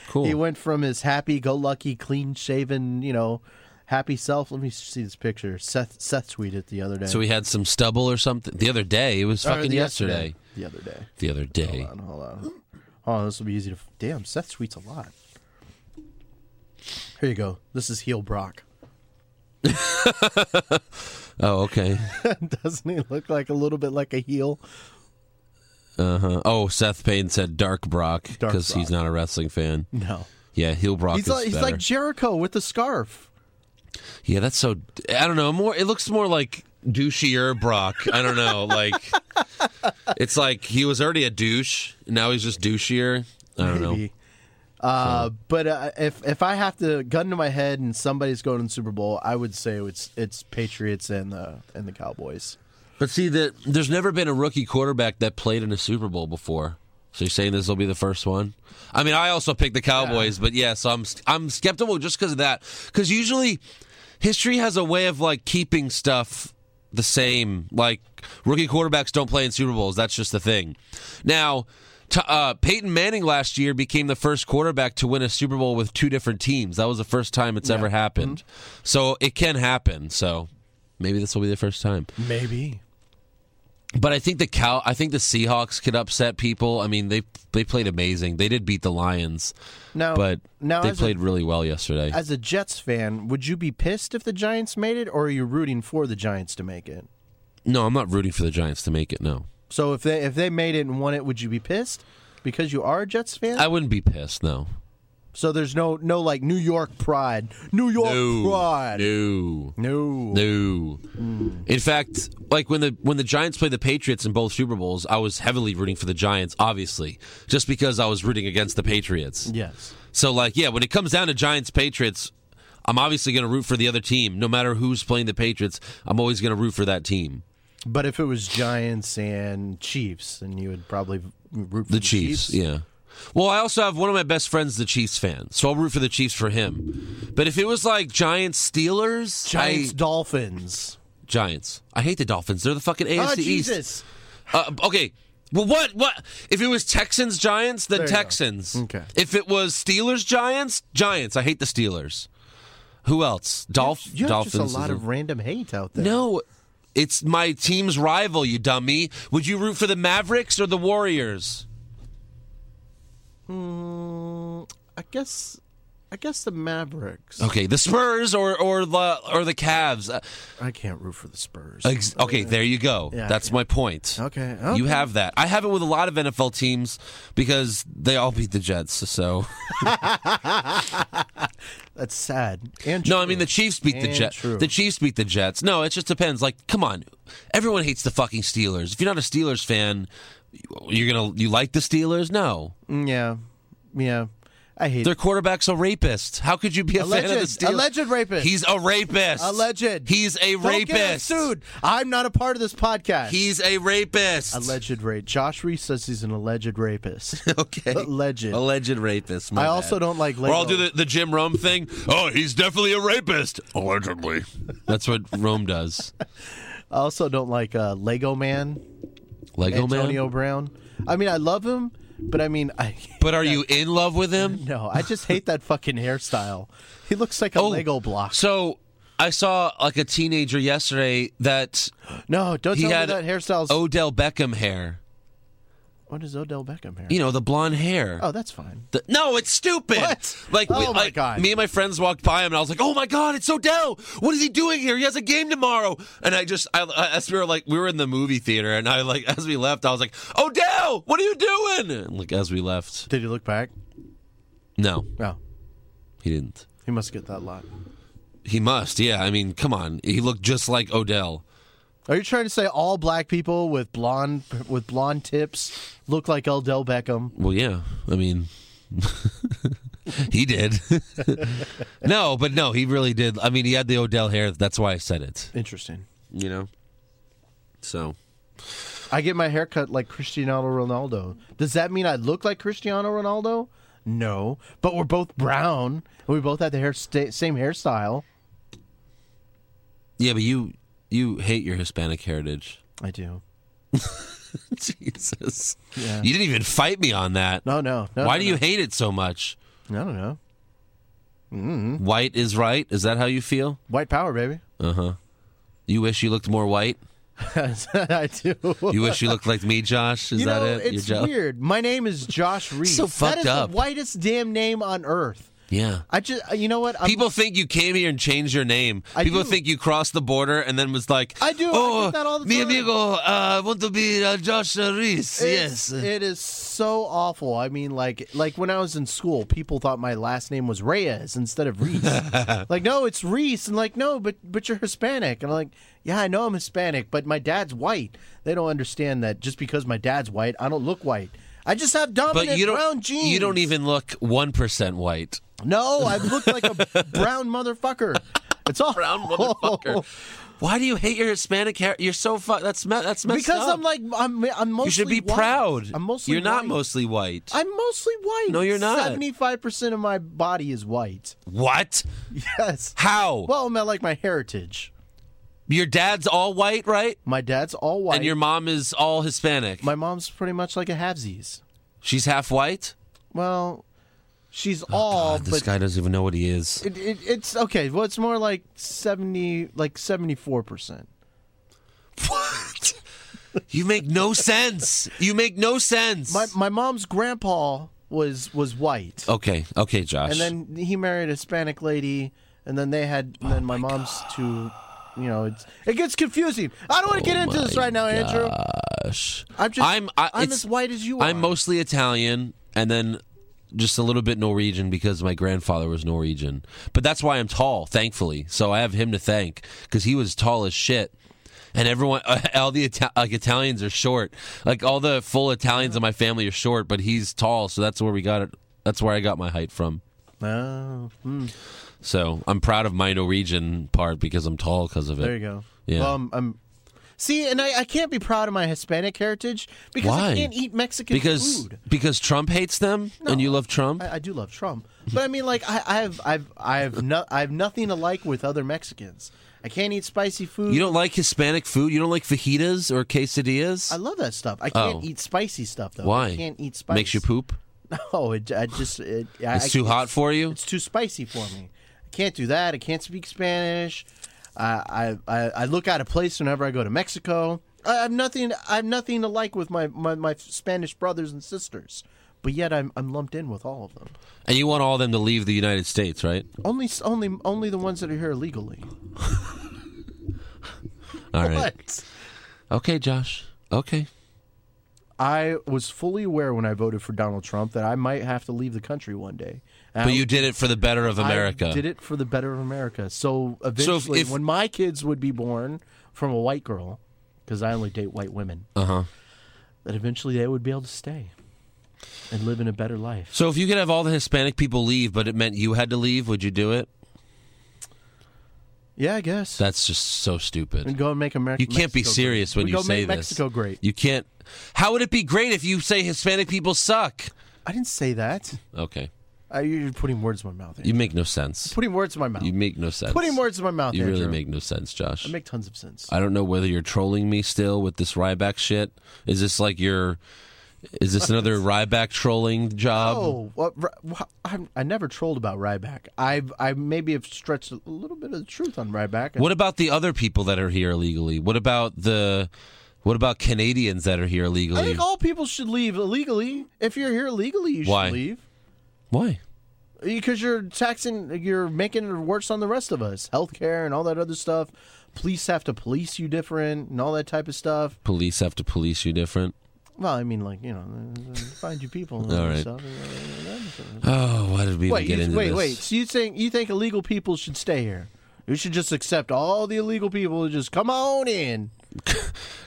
B: cool.
C: he went from his happy go lucky, clean shaven, you know, happy self. Let me see this picture. Seth Seth tweeted it the other day.
B: So he had some stubble or something the other day. It was
C: Or
B: fucking
C: the
B: yesterday.
C: The other day.
B: The other day.
C: Hold on, hold on. Hold on, this will be easy to. Damn, Seth tweets a lot. Here you go. This is heel Brock.
B: Oh, okay.
C: Doesn't he look like a little bit like a heel?
B: Uh, oh, Seth Payne said Dark Brock
C: Dark
B: because he's
C: Brock.
B: not a wrestling fan.
C: No.
B: Yeah, heel Brock
C: He's
B: is
C: like he's
B: better.
C: like Jericho with the scarf.
B: Yeah, that's so. I don't know. More, it looks more like douchier Brock. I don't know. Like, it's like he was already a douche. Now he's just douchier. I don't know.
C: Maybe. Uh, But uh, if if I have to gun to my head and somebody's going to the Super Bowl, I would say it's it's Patriots and the and the Cowboys.
B: But see, that there's never been a rookie quarterback that played in a Super Bowl before. So you're saying this will be the first one? I mean, I also picked the Cowboys, but yeah, so I'm I'm skeptical just because of that. Because usually, history has a way of like keeping stuff the same. Like rookie quarterbacks don't play in Super Bowls. That's just the thing. Now, t- uh, Peyton Manning last year became the first quarterback to win a Super Bowl with two different teams. That was the first time it's ever happened. So it can happen. So maybe this will be the first time.
C: Maybe.
B: But I think the cow. I think the Seahawks could upset people. I mean, they they played amazing. They did beat the Lions,
C: Now,
B: but
C: Oh, now
B: they
C: as
B: played
C: A,
B: really well yesterday.
C: as a Jets fan, would you be pissed if the Giants made it, or are you rooting for the Giants to make it?
B: no, I'm not rooting for the Giants to make it. No,
C: So if they if they made it and won it, would you be pissed? Because you are a Jets fan,
B: I wouldn't be pissed. No,
C: so there's no no like New York pride, New York
B: no,
C: pride,
B: no,
C: no.
B: no.
C: Mm.
B: In fact, like when the when the Giants played the Patriots in both Super Bowls, I was heavily rooting for the Giants, obviously, just because I was rooting against the Patriots.
C: Yes,
B: So, like, yeah, when it comes down to Giants Patriots, I'm obviously going to root for the other team. No matter who's playing the Patriots, I'm always going to root for that team.
C: but if it was Giants and Chiefs, then you would probably root for
B: The
C: the,
B: Chiefs, yeah. Well, I also have one of my best friends, the Chiefs fan, so I'll root for the Chiefs for him. But if it was like Giants Steelers,
C: Giants,
B: I,
C: Dolphins.
B: Giants. I hate the Dolphins. They're the fucking AFC
C: Ah,
B: East. Uh, okay. Well, what? What? If it was Texans Giants, then
C: There you go.
B: Texans.
C: Okay.
B: If it was Steelers Giants, Giants. I hate the Steelers. Who else? Dolph-
C: You have
B: Dolphins.
C: just
B: is
C: a lot
B: a-
C: of random hate out there.
B: No, it's my team's rival, you dummy. Would you root for the Mavericks or the Warriors?
C: Mm, I guess I guess the Mavericks.
B: Okay, the Spurs or or the or the Cavs. Uh,
C: I can't root for the Spurs.
B: ex- Okay, there you go.
C: Yeah,
B: That's
C: okay.
B: my point.
C: okay,
B: You
C: okay.
B: have that. I have it with a lot of NFL teams because they all beat the Jets. So
C: That's sad. And
B: no, I
C: true.
B: mean the Chiefs beat the
C: And
B: Jets.
C: true.
B: The Chiefs beat the Jets. No, it just depends. Like, come on, everyone hates the fucking Steelers. If you're not a Steelers fan, you're gonna you like the Steelers? No,
C: Mm, yeah, yeah. I hate.
B: their quarterback's a rapist. How could you be a fan of
C: Alleged-
B: the Steelers?
C: alleged rapist.
B: He's a rapist.
C: Alleged.
B: He's a
C: Don't get us
B: rapist.
C: sued. I'm not a part of this podcast.
B: He's a rapist.
C: alleged rape. Josh Reese says he's an alleged rapist.
B: Okay.
C: Alleged.
B: Alleged rapist. my
C: I
B: bad.
C: also don't like. Lego.
B: Or I'll do the, the Jim Rome thing. Oh, he's definitely a rapist. Allegedly. That's what Rome does.
C: I also don't like uh, Lego Man,
B: Lego
C: Antonio
B: Man.
C: Brown. I mean, I love him, but I mean, I
B: But are you in love with him?
C: no, I just hate that fucking hairstyle. He looks like a
B: Oh.
C: Lego block.
B: So I saw like a teenager yesterday that
C: No, don't
B: he
C: tell me
B: had
C: that hairstyle's.
B: Odell Beckham hair.
C: What is Odell Beckham hair?
B: You know, the blonde hair.
C: oh, that's fine.
B: The- no, it's stupid.
C: What?
B: Like, we-
C: Oh, my
B: like,
C: God.
B: me and my friends walked by him, and I was like, "Oh my god, it's Odell! What is he doing here? He has a game tomorrow!" And I just, I, I- as we were like, we were in the movie theater, and I like, as we left, I was like, "Odell, what are you doing?" And, like, as we left,
C: Did he look back?
B: no,
C: No,
B: he didn't.
C: he must get that lot.
B: He must, yeah. I mean, come on, he looked just like Odell.
C: Are you trying to say all black people with blonde with blonde tips look like Odell Beckham?
B: Well, yeah. I mean, he did. no, but no, he really did. I mean, he had the Odell hair. That's why I said it.
C: Interesting.
B: You know. So.
C: I get my hair cut like Cristiano Ronaldo. Does that mean I look like Cristiano Ronaldo? No, but we're both brown. and We both have the hair sta- same hairstyle.
B: Yeah, but you you hate your Hispanic heritage.
C: I do.
B: Jesus.
C: Yeah.
B: You didn't even fight me on that.
C: No, no. no
B: Why
C: no,
B: do you hate it so much?
C: No, I don't know. Hmm?
B: White is right. Is that how you feel?
C: White power, baby.
B: You wish you looked more white?
C: I do.
B: You wish you looked like me, Josh? Is
C: You
B: that
C: know,
B: it? You're
C: it's
B: jo-
C: weird. My name is Josh Reese.
B: So
C: that
B: fucked
C: is
B: up.
C: the whitest damn name on earth.
B: Yeah.
C: I just, you know what? I'm,
B: People think you came here and changed your name.
C: I
B: People
C: do.
B: think you crossed the border and then was like,
C: I do. I
B: Oh,
C: get that all the
B: mi
C: time."
B: amigo, uh, I want to be uh, Josh Reese.
C: It's-
B: Yes.
C: it is so awful. I mean, like, like when I was in school, people thought my last name was Reyes instead of Reese. like, no, it's Reese, and like, no, but but you're Hispanic, and I'm like, yeah, I know I'm Hispanic, but my dad's white. They don't understand that just because my dad's white, I don't look white. I just have dominant
B: but you don't
C: brown jeans.
B: you don't e- even look 1% white.
C: No, I look like a brown motherfucker. It's all
B: brown motherfucker. Why do you hate your Hispanic hair? You're so fuck. That's me- that's messed
C: Because
B: up.
C: I'm like I'm I'm mostly
B: you should be
C: white.
B: proud.
C: I'm mostly
B: You're not
C: white.
B: mostly white.
C: I'm mostly white.
B: No, you're not.
C: Seventy five percent of my body is white.
B: what?
C: Yes.
B: How?
C: Well, my, like my heritage.
B: Your dad's all white, right?
C: My dad's all white.
B: And your mom is all Hispanic.
C: my mom's pretty much like a halvesies.
B: She's half white.
C: Well, she's all,
B: Oh, God, this
C: but
B: guy doesn't even know what he is.
C: it, it, it's okay. Well, it's more like seventy, like seventy four percent.
B: What? you make no sense. You make no sense.
C: My my mom's grandpa was was white,
B: okay, okay, Josh.
C: and then he married a Hispanic lady, and then they had,
B: Oh
C: and then my, mom's two. You know, it's it gets confusing. I don't want to get into this right now, Andrew.
B: Oh Gosh.
C: I'm just
B: I'm- I- it's-
C: as white as you are.
B: I'm mostly Italian and then just a little bit Norwegian because my grandfather was Norwegian. But that's why I'm tall, thankfully. So I have him to thank because he was tall as shit. And everyone, all the Ita- like Italians are short. Like all the full Italians in my family are short, but he's tall, so that's where we got it. That's where I got my height from.
C: Oh,
B: So I'm proud of my Norwegian part because I'm tall because of it.
C: There you go.
B: Yeah.
C: Well, I'm, I'm- see, and I, I can't be proud of my Hispanic heritage because
B: Why?
C: I can't eat Mexican
B: Because
C: food.
B: because Trump hates them, and you love Trump.
C: I, I do love Trump, but I mean, like, I, I've, I've, I've, no, I've nothing alike with other Mexicans. I can't eat spicy food.
B: you don't like Hispanic food. You don't like fajitas or quesadillas.
C: I love that stuff. I can't
B: Oh.
C: eat spicy stuff though.
B: Why?
C: I can't eat spicy.
B: Makes you poop.
C: No, it, I just it, I,
B: It's
C: I-
B: too hot for you.
C: It's too spicy for me. I can't do that. I can't speak Spanish. I I, I, I look out of place whenever I go to Mexico. I, I'm nothing. I'm nothing alike with my, my, my Spanish brothers and sisters. but yet I'm I'm lumped in with all of them.
B: And you want all of them to leave the United States, right?
C: Only s- only only the ones that are here illegally.
B: All right.
C: What?
B: Okay, Josh. Okay.
C: I was fully aware when I voted for Donald Trump that I might have to leave the country one day. And
B: But
C: I-
B: you did it for the better of America.
C: I did it for the better of America. So eventually,
B: if-
C: when my kids would be born from a white girl, because I only date white women, uh
B: Uh-huh.
C: huh, that eventually they would be able to stay and live in a better life.
B: So if you could have all the Hispanic people leave, but it meant you had to leave, would you do it?
C: Yeah, I guess.
B: That's just so
C: and
B: stupid.
C: go and make America.
B: You can't be serious when
C: we
B: you
C: go
B: say
C: make
B: this.
C: Mexico great.
B: You can't. How would it be great if you say Hispanic people suck?
C: I didn't say that.
B: Okay,
C: I, you're putting words in my mouth.
B: you
C: Andrew.
B: make no sense.
C: putting words in my mouth.
B: You make no sense.
C: putting words in my mouth.
B: You really
C: Andrew.
B: make no sense, Josh.
C: I make tons of sense.
B: I don't know whether you're trolling me still with this Ryback shit. Is this like your? Is this another Ryback trolling job?
C: Oh, well, Ry- well, I'm, I never trolled about Ryback. I've I maybe have stretched a little bit of the truth on Ryback.
B: What about the other people that are here illegally? What about the? What about Canadians that are here illegally?
C: I think all people should leave illegally. If you're here illegally, you
B: Why?
C: should leave
B: Why?
C: because you're taxing, you're making it worse on the rest of us. Healthcare and all that other stuff. Police have to police you different and all that type of stuff.
B: Police have to police you different.
C: Well, I mean, like you know, uh, find you people and all,
B: All
C: that
B: right.
C: stuff. And-
B: Oh, why did we even
C: Wait,
B: get
C: you,
B: into
C: wait,
B: this?
C: wait. So you think you think illegal people should stay here? You should just accept all the illegal people. and Just come on in.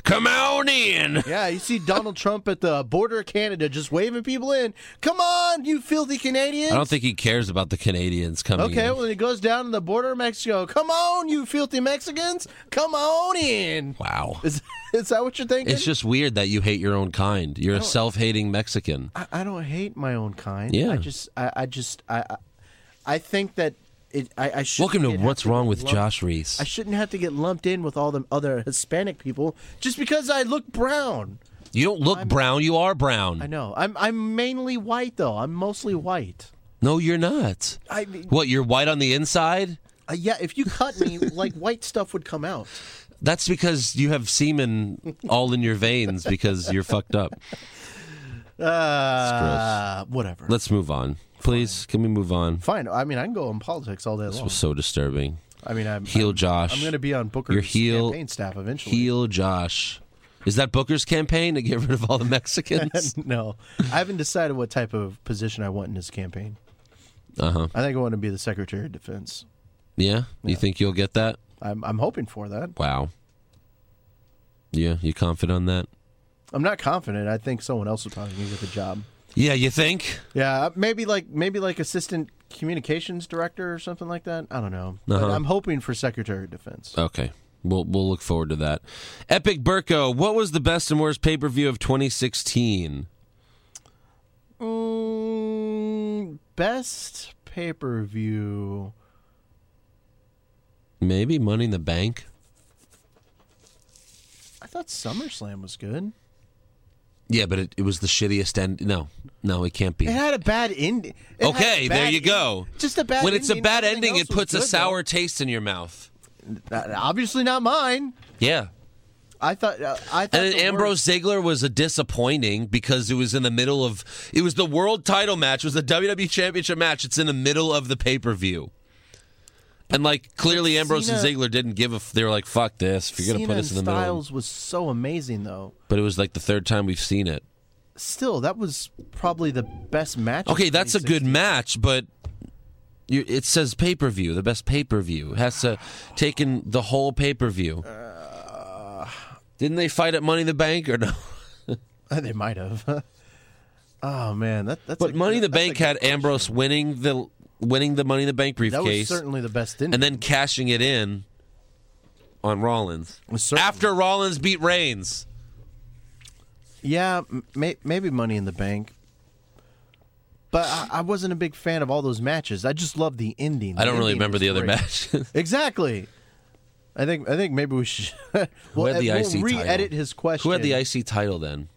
B: Come on in.
C: Yeah, you see Donald Trump at the border of Canada just waving people in. Come on, you filthy Canadians.
B: I don't think he cares about the Canadians coming.
C: Okay,
B: in.
C: well, then he goes down to the border of Mexico. Come on, you filthy Mexicans. Come on in.
B: wow.
C: Is, is that what you're thinking?
B: It's just weird that you hate your own kind. You're a self-hating Mexican.
C: I, I don't hate my own kind.
B: Yeah.
C: I just, I, I just, I, I, I think that it, I, I should.
B: Welcome to What's Wrong with Josh Reese.
C: I shouldn't have to get lumped in with all the other Hispanic people just because I look brown.
B: you don't look brown. You are
C: I
B: brown.
C: know. I'm, I'm mainly white though. I'm mostly white.
B: No, you're not.
C: I mean,
B: What? You're white on the inside.
C: uh, yeah. If you cut me, like white stuff would come out.
B: That's because you have semen all in your veins because you're fucked up.
C: Uh, whatever.
B: Let's move on, please. Can we move on?
C: Fine. I mean, I can go on politics all day
B: This
C: long.
B: was so disturbing.
C: I mean, I'm
B: Heel
C: I'm,
B: Josh.
C: I'm going to be on Booker's
B: Your heel-
C: campaign staff eventually.
B: Heel Josh. Is that Booker's campaign to get rid of all the Mexicans?
C: no, I haven't decided what type of position I want in his campaign.
B: Uh huh.
C: I think I want to be the Secretary of Defense.
B: Yeah? You think you'll get that?
C: I'm I'm hoping for that.
B: Wow. Yeah, you confident on that?
C: I'm not confident. I think someone else will probably get the job.
B: Yeah, you think?
C: Yeah, maybe like maybe like assistant communications director or something like that. I don't know. But
B: Uh-huh.
C: I'm hoping for Secretary of Defense.
B: Okay. We'll we'll look forward to that. Epic Burko, what was the best and worst pay per view of 2016? Uh-huh.
C: Mm, best pay per view.
B: Maybe Money in the Bank.
C: I thought SummerSlam was good.
B: Yeah, but it, it was the shittiest end. No, no, it can't be.
C: It had a bad ending. It had
B: Okay,
C: a
B: there
C: bad
B: you go.
C: en- just a bad.
B: when it's a
C: ending.
B: bad
C: Everything
B: ending,
C: else
B: it
C: was
B: puts a
C: good,
B: sour taste in your mouth.
C: though. Uh, obviously not mine.
B: Yeah.
C: I thought. Uh, I thought
B: And then
C: the
B: Ambrose Ziggler was a disappointing because it was in the middle of it was the world title match, it was the WWE Championship match. It's in the middle of the pay per view, and like clearly Ambrose and
C: Cena-
B: Ziggler didn't give a. f- They were like, "Fuck this! If
C: word
B: you're gonna put
C: Cena
B: us in the
C: and
B: middle,"
C: Styles was so amazing though.
B: but it was like the third time we've seen it.
C: Still, that was probably the best match. of
B: Okay, that's a
C: 2016.
B: good match, but you, it says pay per view, the best pay per view It has to take in the whole pay per view.
C: Uh,
B: Didn't they fight at Money in the Bank or no?
C: they might have. oh man, that, that's.
B: But
C: a
B: Money in
C: good-
B: the
C: that's a
B: Bank
C: good-
B: had Ambrose winning the winning the Money in the Bank
C: That was
B: briefcase
C: certainly the best ending.
B: and then cashing it in on Rollins
C: Was certainly-
B: after Rollins beat Reigns.
C: yeah, m- may- maybe Money in the Bank. But I-, I wasn't a big fan of all those matches. I just loved the ending.
B: I don't really
C: ending
B: remember
C: was
B: the other
C: great.
B: matches.
C: Exactly. I think I think maybe we should. we'll
B: had the
C: we'll
B: IC title?
C: re-edit his question.
B: Who had the IC title then?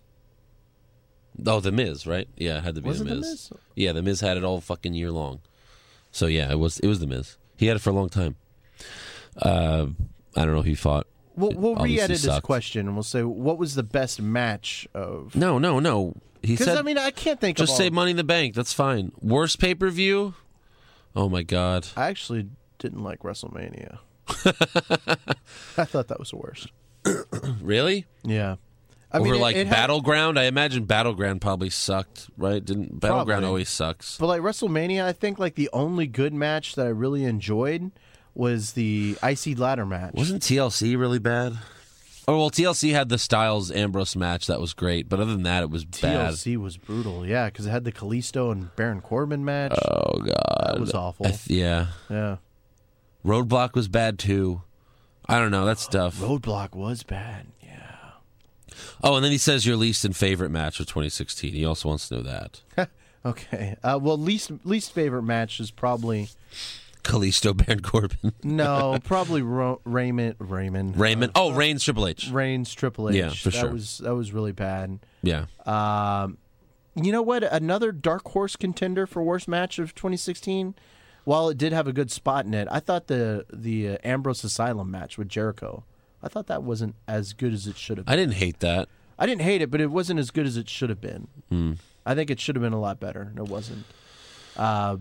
B: Oh, the Miz, right? Yeah, it had to be
C: Was
B: the
C: it The
B: Miz.
C: Miz?
B: Yeah, the Miz had it all fucking year long. So yeah, it was it was the Miz. He had it for a long time. Uh, I don't know who he fought.
C: We'll, we'll
B: obviously
C: re-edit this
B: sucked.
C: question and we'll say what was the best match of.
B: No, no, no. He
C: Because
B: said,
C: I mean, I can't think.
B: just
C: of
B: say
C: all-
B: Money in the Bank. That's fine. Worst pay per view? Oh my God.
C: I actually didn't like WrestleMania. I thought that was the worst.
B: Really?
C: Yeah. I
B: Over
C: it-
B: like
C: it had-
B: Battleground? I imagine Battleground probably sucked, right? Didn't Battleground
C: Probably.
B: always sucks?
C: But like WrestleMania, I think like the only good match that I really enjoyed was the IC ladder match.
B: Wasn't TLC really bad? Oh well, TLC had the Styles Ambrose match that was great, but other than that, it was bad.
C: TLC was brutal, yeah, because it had the Kalisto and Baron Corbin match.
B: Oh god,
C: that was awful.
B: I th- yeah,
C: yeah,
B: Roadblock was bad too. I don't know. That's tough.
C: Roadblock was bad. Yeah,
B: Oh, and then he says your least and favorite match of 2016. He also wants to know that
C: okay. Uh, well, least least favorite match is probably
B: Kalisto Baron Corbin
C: no, probably Ro- Raymond Raymond
B: Raymond. Oh, Reigns Triple H.
C: Reigns Triple H.
B: Yeah, for
C: that
B: sure.
C: was that was really bad.
B: Yeah,
C: You know what? Another dark horse contender for worst match of 2016. While it did have a good spot in it, I thought the the uh, Ambrose Asylum match with Jericho. I thought that wasn't as good as it should have. been.
B: I didn't hate that.
C: I didn't hate it, but it wasn't as good as it should have been.
B: Hmm.
C: I think it should have been a lot better, and it wasn't. Uh,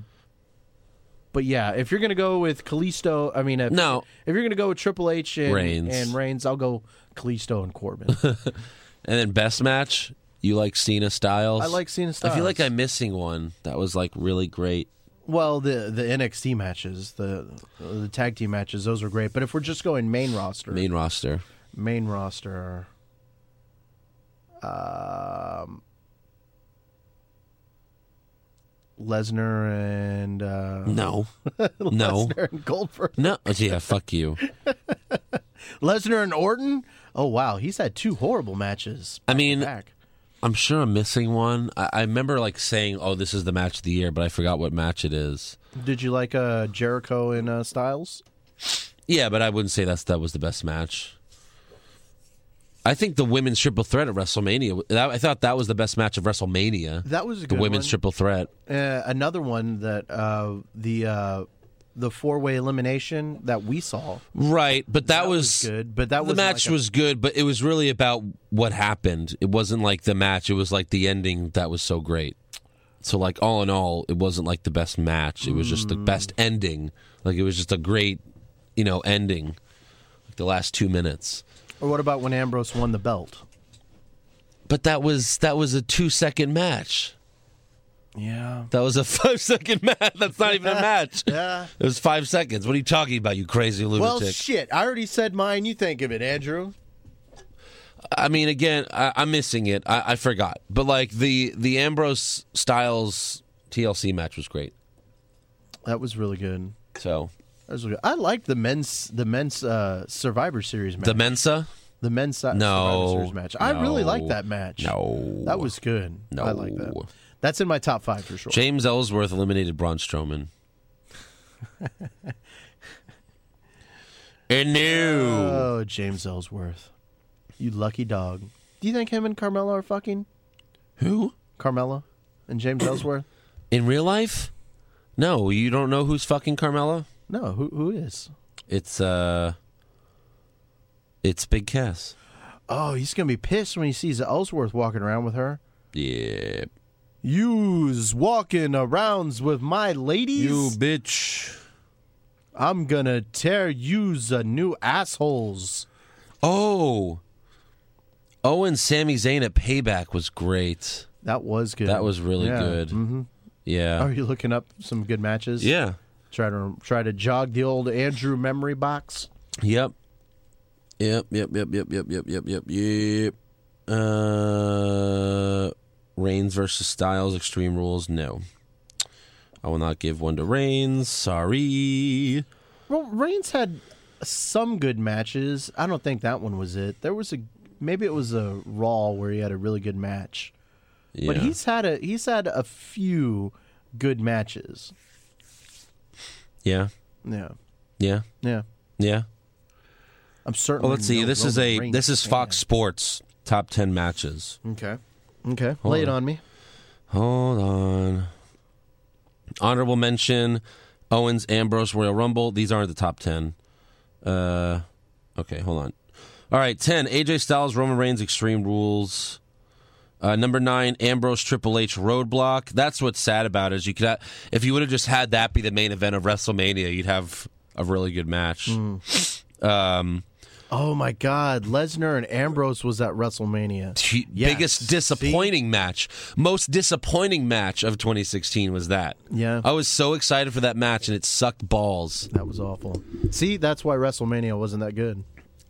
C: but yeah, if you're gonna go with Kalisto, I mean, if,
B: No.
C: if you're gonna go with Triple H and
B: Reigns.
C: and Reigns, I'll go Kalisto and Corbin.
B: And then best match, you like Cena Styles.
C: I like Cena
B: I feel like
C: Styles.
B: I'm missing one that was like really great.
C: well, the the NXT matches, the the tag team matches, those were great. But if we're just going main roster,
B: Main roster.
C: main roster. Um, Lesnar and uh,
B: No, no,
C: Lesnar and Goldberg.
B: no. Oh, Yeah, fuck you.
C: Lesnar and Orton. Oh wow, he's had two horrible matches.
B: I mean,
C: Back.
B: I'm sure I'm missing one. I, I remember like saying, "Oh, this is the match of the year," but I forgot what match it is.
C: Did you like uh, Jericho and uh, Styles?
B: Yeah, but I wouldn't say that's that was the best match. I think the women's triple threat at WrestleMania. that- I thought that was the best match of WrestleMania.
C: That was a
B: the
C: good
B: women's
C: one.
B: triple threat.
C: Uh, another one that uh, the uh, the four way elimination that we saw
B: Right, but that,
C: that was, good, but that
B: the
C: was
B: match was good, but it was really about what happened. It wasn't like the match; it was like the ending that was so great. So, like all in all, it wasn't like the best match. It was just the
C: Mm.
B: best ending. Like it was just a great, you know, ending. Like the last two minutes.
C: Or what about when Ambrose won the belt?
B: But that was that was a two second match.
C: Yeah.
B: That was a five second match. That's not even a match.
C: Yeah.
B: It was five seconds. What are you talking about, you crazy
C: Well,
B: lunatic?
C: shit. I already said mine. You think of it, Andrew.
B: I mean, again, I, I'm missing it. I, I forgot. But like the the Ambrose Styles TLC match was great.
C: That was really good.
B: So
C: That was really good. I liked the men's the men's uh, Survivor Series match.
B: the Mensa,
C: The men's si-
B: No.
C: Survivor Series match. I really
B: No.
C: like that match.
B: No.
C: That was good. No. I like that.
B: No.
C: That's in my top five for sure.
B: James Ellsworth eliminated Braun Strowman. and no,
C: oh, James Ellsworth. You lucky dog. Do you think him and Carmelo are fucking?
B: who
C: Carmelo and James Ellsworth?
B: in real life? No, you don't know who's fucking Carmella.
C: No, who who is?
B: It's uh, it's Big Cass.
C: Oh, he's gonna be pissed when he sees Ellsworth walking around with her.
B: Yeah,
C: You's walking arounds with my ladies.
B: bitch.
C: I'm gonna tear yous a new assholes.
B: Oh. Oh, and Sami Zayn at Payback was great.
C: That was good.
B: That was really
C: Yeah. Oh,
B: good. Mm-hmm. Yeah.
C: Are you looking up some good matches?
B: Yeah.
C: Try to try to jog the old Andrew memory box.
B: Yep. Yep. Yep. Yep. Yep. Yep. Yep. Yep. Yep. Yep. Uh, Reigns versus Styles, Extreme Rules. No, I will not give one to Reigns. Sorry.
C: Well, Reigns had some good matches. I don't think that one was it. There was a maybe it was a Raw where he had a really good match.
B: Yeah.
C: But he's had a he's had a few good matches.
B: yeah.
C: Yeah.
B: Yeah.
C: Yeah.
B: Yeah.
C: I'm certain.
B: Well, let's see. This is a this is Fox Sports top ten matches.
C: Okay. Okay. Lay it
B: on.
C: on me.
B: Hold on. Honorable mention: Owens, Ambrose, Royal Rumble. These aren't the top ten. Uh, okay, hold on. All right, 10, AJ Styles, Roman Reigns, Extreme Rules. Uh, number nine, Ambrose Triple H Roadblock. That's what's sad about it is you could ha- if you would have just had that be the main event of WrestleMania, you'd have a really good match. Um,
C: Oh my God, Lesnar and Ambrose was at WrestLemania.
B: t-
C: Yes.
B: biggest disappointing match, most disappointing match of 2016 was that.
C: Yeah.
B: I was so excited for that match and it sucked balls.
C: That was awful. See, that's why WrestleMania wasn't that good.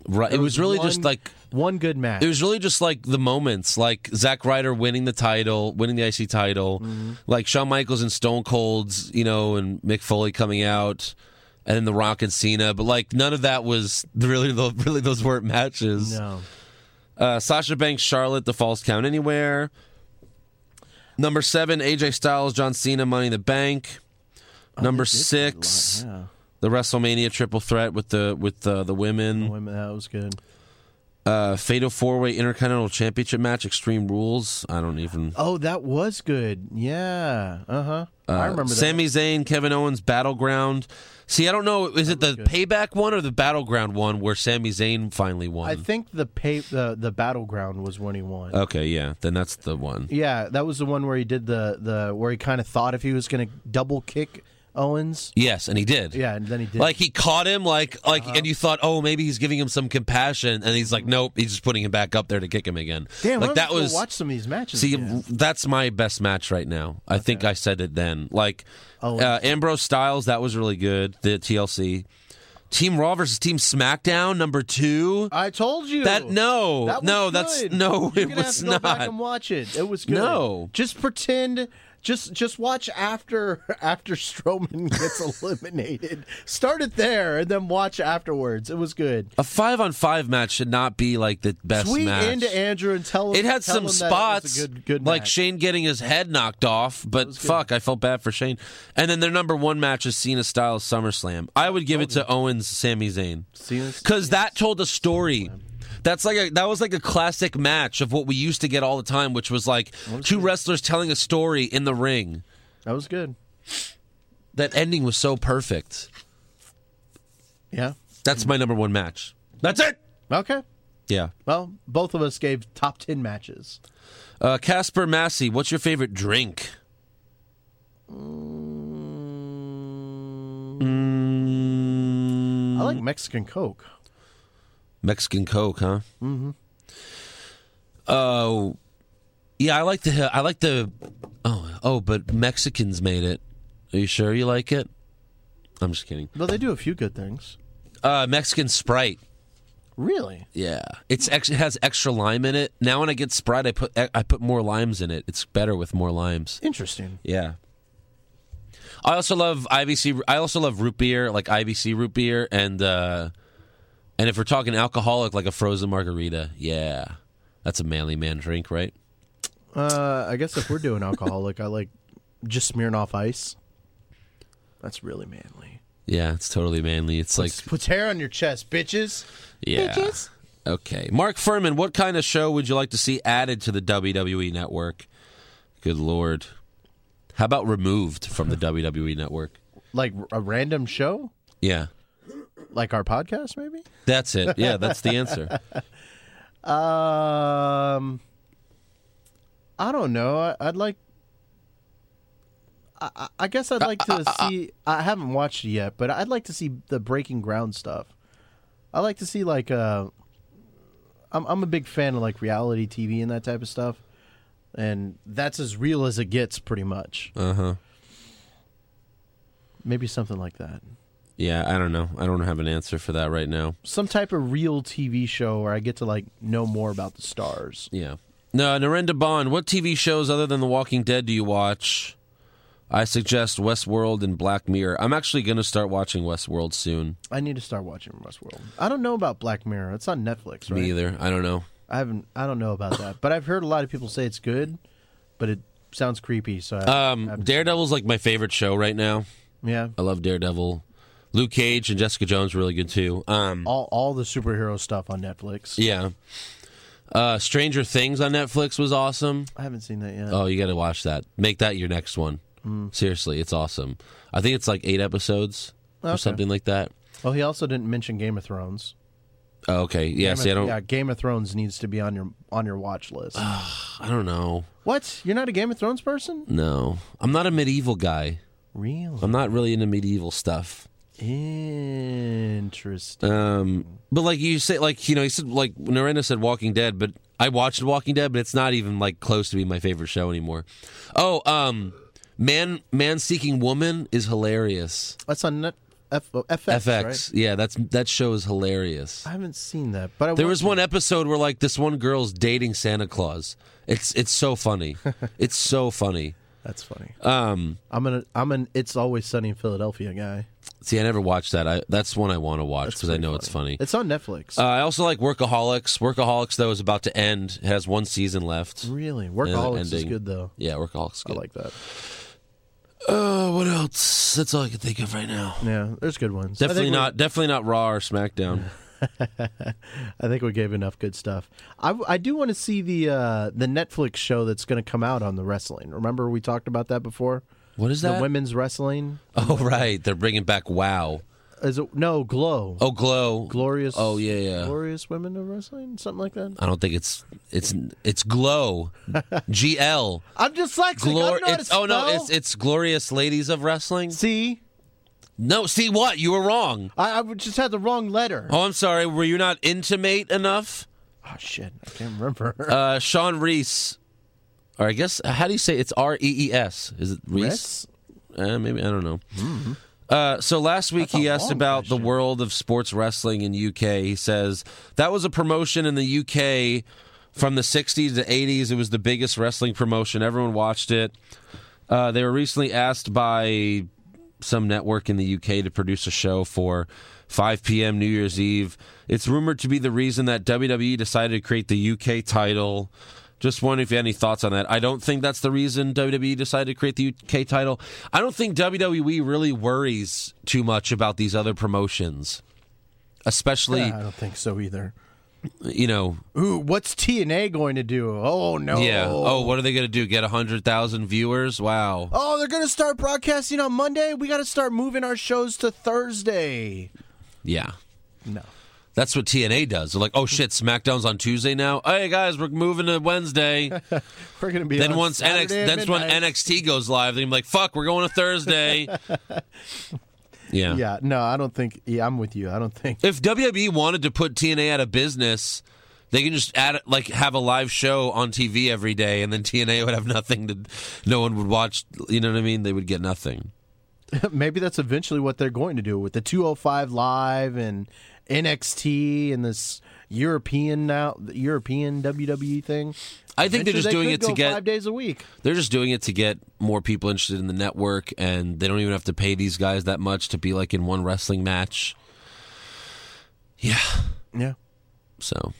B: Right, it
C: There
B: was really
C: one-
B: just like
C: one good match.
B: It was really just like the moments, like Zack Ryder winning the title, winning the IC title,
C: Mm-hmm.
B: like Shawn Michaels and Stone Cold's, you know, and Mick Foley coming out, and then The Rock and Cena. But like none of that was really, tho- really those weren't matches.
C: no.
B: Uh, Sasha Banks, Charlotte, the false count anywhere. Number seven, AJ Styles, John Cena, Money in the Bank.
C: Oh,
B: Number six,
C: Yeah.
B: the WrestleMania triple threat with the with the, the women.
C: Women, that was good.
B: uh, fatal four way intercontinental championship match, Extreme Rules. I don't even.
C: Oh, that was good. Yeah. Uh-huh. I
B: Uh,
C: remember that.
B: Sami Zayn, Kevin Owens, Battleground. See, I don't know. Is it the payback one or the Battleground one where Sami Zayn finally won?
C: I think the pay, the the battleground was when he won.
B: okay, yeah, then that's the one.
C: yeah, that was the one where he did the the where he kind of thought if he was going to double kick Owens.
B: Yes, and he did.
C: Yeah, and then he did. Uh-huh.
B: Like he caught him, like like, and you thought, oh, maybe he's giving him some compassion, and he's like, nope, he's just putting him back up there to kick him again.
C: Damn,
B: like
C: I'm
B: that was
C: watch some of these matches.
B: See,
C: again.
B: that's my best match right now. I think I said it then. Like
C: Oh,
B: uh, Ambrose Styles, that was really good. The TLC Team Raw versus Team SmackDown number two.
C: I told you
B: That no,
C: That was
B: no, that's
C: good.
B: no,
C: You're
B: it
C: gonna have
B: was
C: to go Back
B: not.
C: and watch it. It was good.
B: No.
C: just pretend. Just just watch after after Strowman gets eliminated. Start it there and then watch afterwards. It was good.
B: A five on five match should not be like the best
C: Tweet
B: match.
C: into Andrew and tell him
B: it had
C: tell him
B: some
C: that
B: spots,
C: It was a good, good
B: like
C: match.
B: Shane getting his head knocked off. But fuck, I felt bad for Shane. And then their number one match is Cena Styles SummerSlam. I would give it to Owens, Sami Zayn.
C: Cena's-
B: because that told a story. That's like a, that was like a classic match of what we used to get all the time, which was like two wrestlers telling a story in the ring.
C: that was good.
B: That ending was so perfect.
C: Yeah.
B: That's my number one match. That's it.
C: Okay.
B: Yeah.
C: Well, both of us gave top ten matches.
B: Uh, Casper Massey, what's your favorite drink?
C: I
B: Mm.
C: like Mexican Coke.
B: Mexican Coke, huh? Mm-hmm. Oh, yeah. I like the I like the oh oh, but Mexicans made it. Are you sure you like it? I'm just kidding.
C: Though they do a few good things.
B: Uh, Mexican Sprite.
C: Really?
B: Yeah, it's ex- it has extra lime in it. Now when I get Sprite, I put I put more limes in it. It's better with more limes.
C: Interesting.
B: Yeah. I also love IBC. I also love root beer, like IBC root beer, and uh, and if we're talking alcoholic, like a frozen margarita. Yeah, that's a manly man drink, right?
C: Uh, I guess if we're doing alcoholic, I like just smearing off ice. That's really manly.
B: Yeah, it's totally manly. It's like
C: Put hair on your chest, bitches.
B: yeah. Okay, Mark Furman, what kind of show would you like to see added to the WWE network? Good lord, how about removed from the WWE network?
C: Like a random show,
B: Yeah,
C: like our podcast, maybe.
B: that's it. Yeah, that's the answer.
C: Um, I don't know. I, I'd like. I- I, I guess I'd like to see. I haven't watched it yet, but I'd like to see the Breaking Ground stuff. I like to see like uh, I'm I'm a big fan of like reality TV and that type of stuff, and that's as real as it gets, pretty much.
B: Uh huh.
C: Maybe something like that.
B: Yeah, I don't know. I don't have an answer for that right now.
C: Some type of real TV show where I get to like know more about the stars.
B: Yeah. No, Narendra Bond, what TV shows other than The Walking Dead do you watch? I suggest Westworld and Black Mirror. I'm actually going to start watching Westworld soon.
C: I need to start watching Westworld. I don't know about Black Mirror. It's on Netflix, right?
B: Me either. I don't know.
C: I haven't. I don't know about that, but I've heard a lot of people say it's good, but it sounds creepy. So I,
B: Um, Daredevil's like my favorite show right now.
C: yeah,
B: I love Daredevil. Luke Cage and Jessica Jones are really good too. Um,
C: all all the superhero stuff on Netflix.
B: yeah. Uh, Stranger Things on Netflix was awesome.
C: I haven't seen that yet.
B: Oh, you got to watch that. Make that your next one.
C: Mm.
B: Seriously, it's awesome. I think it's like eight episodes or something like that.
C: oh, he also didn't mention Game of Thrones.
B: Oh, okay. Yeah.
C: Game
B: see, I
C: of,
B: don't. Uh,
C: Yeah, Game of Thrones needs to be on your on your watch list.
B: I don't know.
C: what? You're not a Game of Thrones person?
B: No, I'm not a medieval guy.
C: Really?
B: I'm not really into medieval stuff.
C: Interesting.
B: Um, but like you say, like you know, he said like Narendra said, Walking Dead. But I watched Walking Dead, but it's not even like close to be my favorite show anymore. Oh, um, man, man seeking woman is hilarious.
C: That's on Net, F, oh, FX.
B: FX,
C: right?
B: yeah, that's that show is hilarious.
C: I haven't seen that, but I
B: There
C: want
B: was
C: to.
B: one episode where like this one girl's dating Santa Claus. It's it's so funny. it's so funny.
C: That's funny.
B: Um,
C: I'm an I'm an It's Always Sunny in Philadelphia guy.
B: see, I never watched that. I that's one I want to watch because I
C: pretty
B: know it's funny.
C: It's on Netflix.
B: Uh, I also like Workaholics. Workaholics though is about to end. It has one season left.
C: really,
B: Yeah, they're
C: Workaholics is
B: ending.
C: good though.
B: Yeah, Workaholics.
C: I
B: Good.
C: like that.
B: Uh, what else? That's all I can think of right now.
C: Yeah, there's good ones. I think
B: Definitely
C: we-
B: not. Definitely not Raw or SmackDown.
C: I think we gave enough good stuff. I, I do want to see the uh, the Netflix show that's going to come out on the wrestling. Remember we talked about that before.
B: What is
C: The
B: that?
C: women's wrestling
B: oh right, they're bringing back Wow.
C: is it no glow?
B: Oh Glow.
C: glorious!
B: Oh yeah, yeah.
C: glorious women of wrestling, something like that.
B: I don't think it's it's it's Glow. G L.
C: I'm dyslexic.
B: Glor-
C: I don't know how to
B: it's- oh no,
C: spell.
B: it's it's glorious ladies of wrestling.
C: see,
B: No, see what you were wrong.
C: I, I just had the wrong letter.
B: Oh, I'm sorry. Were you not intimate enough?
C: Oh shit, I can't remember.
B: Uh, Sean Reese, or I guess how do you say it's R E E S? Is it Reese?
C: Reese? Mm-hmm.
B: Uh, maybe I don't know. Uh, so last week he
C: a
B: asked
C: long
B: about the world of sports wrestling in UK. He says that was a promotion in the UK from the 60s to 80s. It was the biggest wrestling promotion. Everyone watched it. Uh, they were recently asked by some network in the UK to produce a show for 5 p.m. New Year's Eve. It's rumored to be the reason that WWE decided to create the UK title. Just wondering if you had any thoughts on that. I don't think that's the reason WWE decided to create the UK title. I don't think WWE really worries too much about these other promotions, especially
C: I don't think so either.
B: you know.
C: Ooh, what's TNA going to do? Oh no!
B: Yeah. Oh, what are they going to do? Get hundred thousand viewers? Wow.
C: Oh, they're gonna start broadcasting on Monday. We got to start moving our shows to Thursday.
B: Yeah.
C: No.
B: That's what TNA does. They're like, oh shit, SmackDown's on Tuesday now. Hey guys, we're moving to Wednesday.
C: We're gonna be
B: Then
C: on
B: once NXT,
C: Saturday at
B: then when
C: midnight.
B: NXT goes live, they're gonna be like, fuck, we're going to Thursday. yeah.
C: Yeah, no, I don't think. Yeah, I'm with you. I don't think.
B: If WWE wanted to put TNA out of business, they can just add like have a live show on TV every day, and then TNA would have nothing to. No one would watch. You know what I mean? They would get nothing.
C: Maybe that's eventually what they're going to do with the 205 live and NXT and this European now the European WWE thing.
B: I think they're just
C: Eventually
B: doing
C: they
B: it
C: could
B: to
C: go
B: get
C: five days a week.
B: They're just doing it to get more people interested in the network, and they don't even have to pay these guys that much to be like in one wrestling match. Yeah.
C: Yeah.
B: So,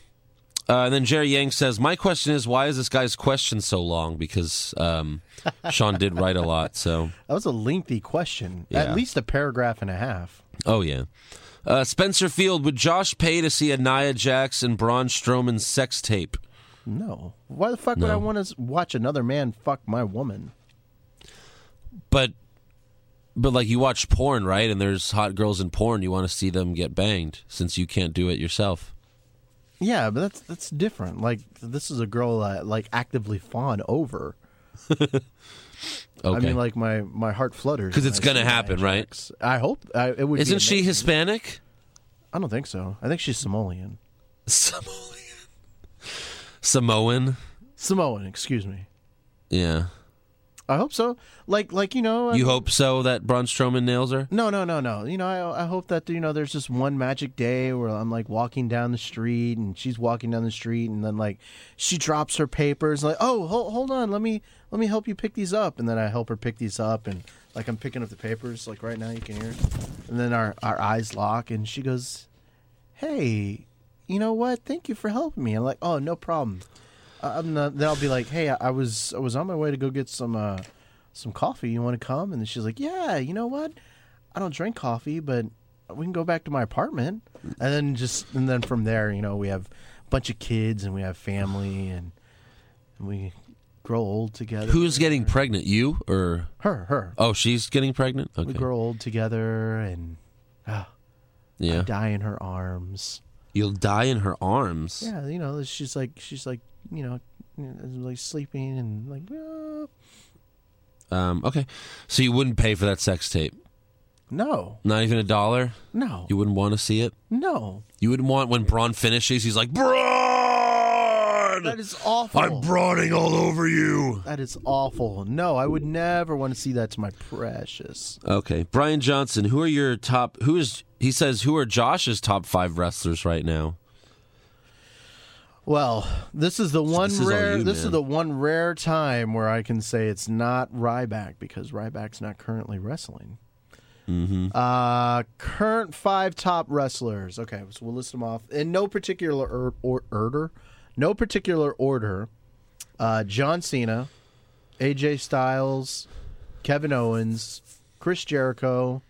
B: uh, and then Jerry Yang says, "My question is, why is this guy's question so long? Because um, Sean did write a lot. So,
C: That was a lengthy question.
B: Yeah.
C: At least a paragraph and a half.
B: oh yeah." Uh, Spencer Field, would Josh pay to see a Nia Jax and Braun Strowman sex tape?
C: No. Why the fuck would I want to watch another man fuck my woman?
B: But, but like you watch porn, right? And there's hot girls in porn. You want to see them get banged since you can't do it yourself.
C: Yeah, but that's that's different. Like this is a girl I like actively fawn over.
B: Okay.
C: I mean, like my my heart flutters
B: 'Cause
C: when
B: it's
C: I
B: gonna
C: see Nia
B: happen, right?
C: Jax. I hope I, it would. be
B: Isn't she
C: amazing.
B: Hispanic?
C: I don't think so. I think she's Samoan.
B: Samoan. Samoan.
C: Samoan, excuse me.
B: Yeah.
C: I hope so. Like like you know. I
B: You
C: mean-
B: hope so that Braun Strowman nails her?
C: No, no, no, no. You know, I, I hope that you know there's just one magic day where I'm like walking down the street and she's walking down the street and then like she drops her papers like, "Oh, hold, hold on, let me let me help you pick these up." And then I help her pick these up and like I'm picking up the papers like right now you can hear. it. And then our our eyes lock and she goes, "Hey, you know what? Thank you for helping me." I'm like, "Oh, no problem." I- I'm not, then I'll be like, "Hey, I, I was I was on my way to go get some uh, some coffee. You want to come?" And then she's like, "Yeah, you know what? I don't drink coffee, but we can go back to my apartment." And then just and then from there, you know, we have a bunch of kids and we have family and, and we grow old together.
B: Who's getting pregnant? You or
C: her? Her.
B: Oh, she's getting pregnant? Okay.
C: We grow old together and
B: yeah.
C: die in her arms.
B: You'll die in her arms.
C: Yeah, you know, she's like she's like you know, you know, like sleeping and like uh,
B: Um, okay. So you wouldn't pay for that sex tape?
C: no,
B: Not even a dollar?
C: no,
B: You wouldn't want to see it?
C: no.
B: You wouldn't want when Braun finishes, he's like, Braun!
C: That is awful.
B: I'm Browning all over you.
C: that is awful. No, I would never want to see that to my precious.
B: Okay, Brian Johnson. Who are your top? Who is he? Says who are Josh's top five wrestlers right now?
C: Well, this is the one
B: this is all
C: rare.
B: you,
C: this
B: man.
C: is the one rare time where I can say it's not Ryback because Ryback's not currently wrestling.
B: Mm-hmm.
C: Uh, current five top wrestlers. Okay, so we'll list them off in no particular or, or order. No particular order. Uh, John Cena, AJ Styles, Kevin Owens, Chris Jericho,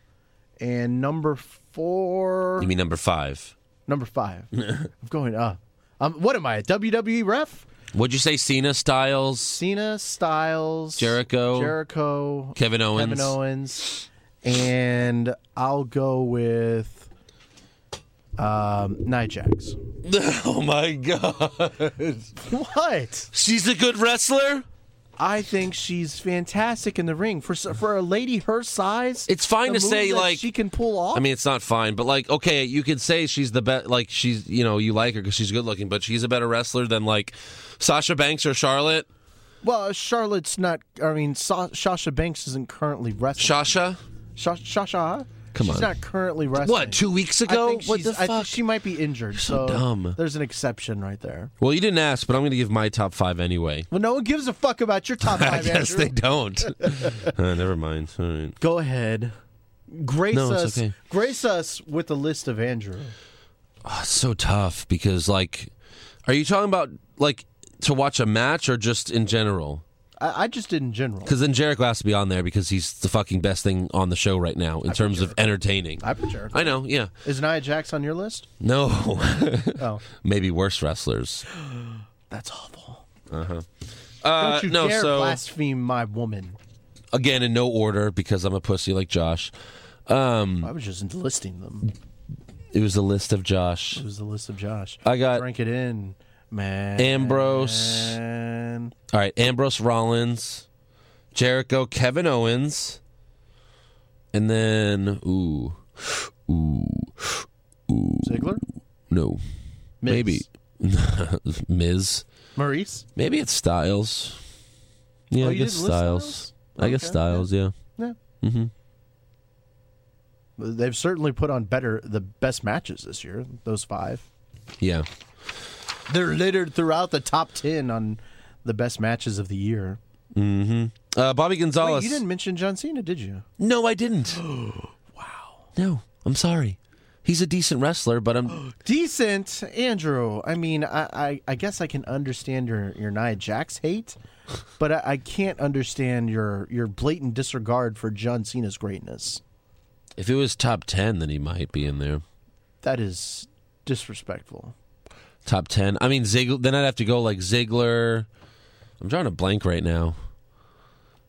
C: and number four.
B: You mean number five?
C: Number five. I'm going up. Um, what am I? A WWE ref?
B: What'd you say? Cena, Styles,
C: Cena, Styles,
B: Jericho.
C: Jericho,
B: Kevin Owens.
C: Kevin Owens, and I'll go with um, Nia Jax.
B: oh my God!
C: What?
B: She's a good wrestler.
C: I think she's fantastic in the ring for s- for a lady her size.
B: It's fine
C: the
B: to say,
C: moves that
B: like-
C: she can pull off.
B: I mean, it's not fine, but like, okay, you could say she's the best. Like, she's you know you like her because she's good looking, but she's a better wrestler than like Sasha Banks or Charlotte.
C: well, Charlotte's not. I mean, Sa- Sasha Banks isn't currently wrestling.
B: Sasha,
C: Sha- Sasha,
B: Come
C: she's
B: on.
C: not currently wrestling.
B: what? Two weeks
C: I
B: ago?
C: think,
B: what the
C: she's- I
B: fuck?
C: think she might be injured.
B: so
C: So,
B: dumb.
C: There's an exception right there.
B: Well, you didn't ask, but I'm going to give my top five anyway.
C: Well, no one gives a fuck about your top five.
B: I guess
C: Andrew.
B: they don't. Uh, never mind. All right.
C: Go ahead. Grace
B: No, it's
C: us.
B: okay.
C: Grace us with a list of Andrew.
B: That's so tough because, like, are you talking about like to watch a match or just in general?
C: I, I just did in general.
B: Because then Jericho has to be on there because he's the fucking best thing on the show right now in terms of entertaining.
C: I put Jericho.
B: I know. Yeah.
C: Is Nia Jax on your list?
B: No.
C: Oh,
B: Maybe worse wrestlers.
C: that's awful.
B: Uh,
C: Don't you
B: no.
C: dare
B: so
C: blaspheme my woman.
B: again, in no order because I'm a pussy like Josh. Hmm.
C: I was just listing them.
B: It was a list of Josh.
C: It was the list of Josh.
B: I got
C: Drink it in, man.
B: Ambrose. All right, Ambrose Rollins, Jericho, Kevin Owens, and then ooh,
C: Ziggler.
B: no,
C: Miz.
B: maybe Miz.
C: Maurice.
B: Maybe it's Styles. Yeah,
C: Oh,
B: I
C: you
B: guess
C: didn't list
B: Styles.
C: Styles?
B: I guess
C: Okay,
B: Styles. Yeah.
C: Yeah. Mm-hmm. They've certainly put on better the best matches this year. Those five.
B: yeah,
C: They're littered throughout the top ten on the best matches of the year.
B: Uh, Bobby
C: Wait,
B: Gonzalez.
C: you didn't mention John Cena, did you?
B: No, I didn't. wow. No, I'm sorry. He's a decent wrestler, but I'm
C: Decent, Andrew. I mean, I, I, I guess I can understand your your Nia Jax hate, but I, I can't understand your your blatant disregard for John Cena's greatness.
B: if it was top ten, then he might be in there.
C: That is disrespectful.
B: Top ten. I mean, Ziggler. Then I'd have to go like Ziggler. I'm drawing a blank right now.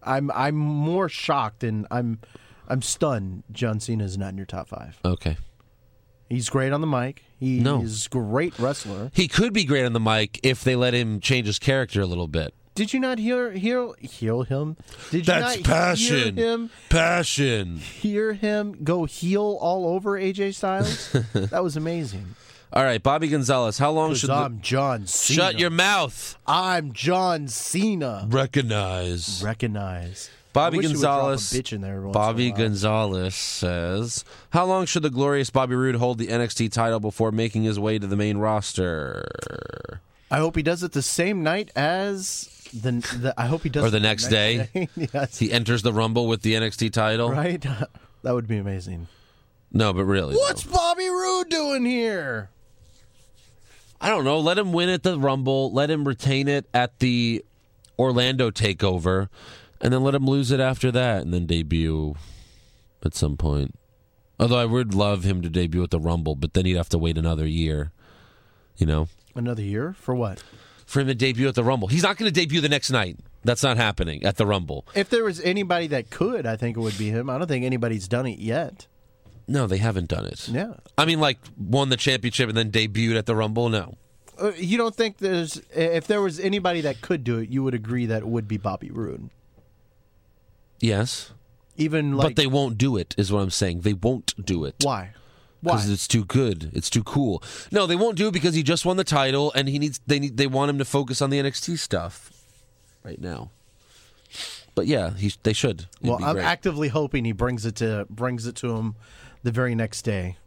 C: I'm I'm more shocked and I'm I'm stunned. John Cena is not in your top five.
B: Okay.
C: He's great on the mic. He
B: No.
C: is great wrestler.
B: He could be great on the mic if they let him change his character a little bit.
C: Did you not hear hear heal him? Did you not hear him
B: Passion.
C: hear him go heel all over AJ Styles? that was amazing.
B: All right, Bobby Gonzalez. How long should
C: 'Cause
B: the-
C: I'm John Cena.
B: shut your mouth?
C: I'm John Cena.
B: Recognize.
C: Recognize
B: Bobby
C: I wish you would
B: Gonzalez.
C: drop a bitch in there. once in a
B: Bobby
C: while.
B: Gonzalez says, "How long should the glorious Bobby Roode hold the NXT title before making his way to the main roster?"
C: I hope he does it the same night as the. the I hope he does
B: Or
C: it
B: the next day.
C: yes.
B: He enters the Rumble with the NXT title.
C: right? that would be amazing.
B: No, but really,
C: What's Bobby Roode doing here?
B: I don't know. Let him win at the Rumble. Let him retain it at the Orlando Takeover, and then let him lose it after that, and then debut at some point. Although I would love him to debut at the Rumble, but then he'd have to wait another year. You know,
C: Another year for what?
B: for him to debut at the Rumble, he's not going to debut the next night. That's not happening at the Rumble.
C: If there was anybody that could, I think it would be him. I don't think anybody's done it yet.
B: No, they haven't done it.
C: Yeah.
B: I mean, like won the championship and then debuted at the Rumble. No,
C: Uh, you don't think there's if there was anybody that could do it, you would agree that it would be Bobby Roode.
B: yes,
C: Even like
B: but they won't do it. Is what I'm saying. They won't do it.
C: why? Why?
B: Because it's too good. It's too cool. No, they won't do it because he just won the title and he needs. They need. They want him to focus on the NXT stuff right now. But yeah, he, they should. It'd
C: Well,
B: be
C: I'm
B: great.
C: actively hoping he brings it to brings it to him the very next day.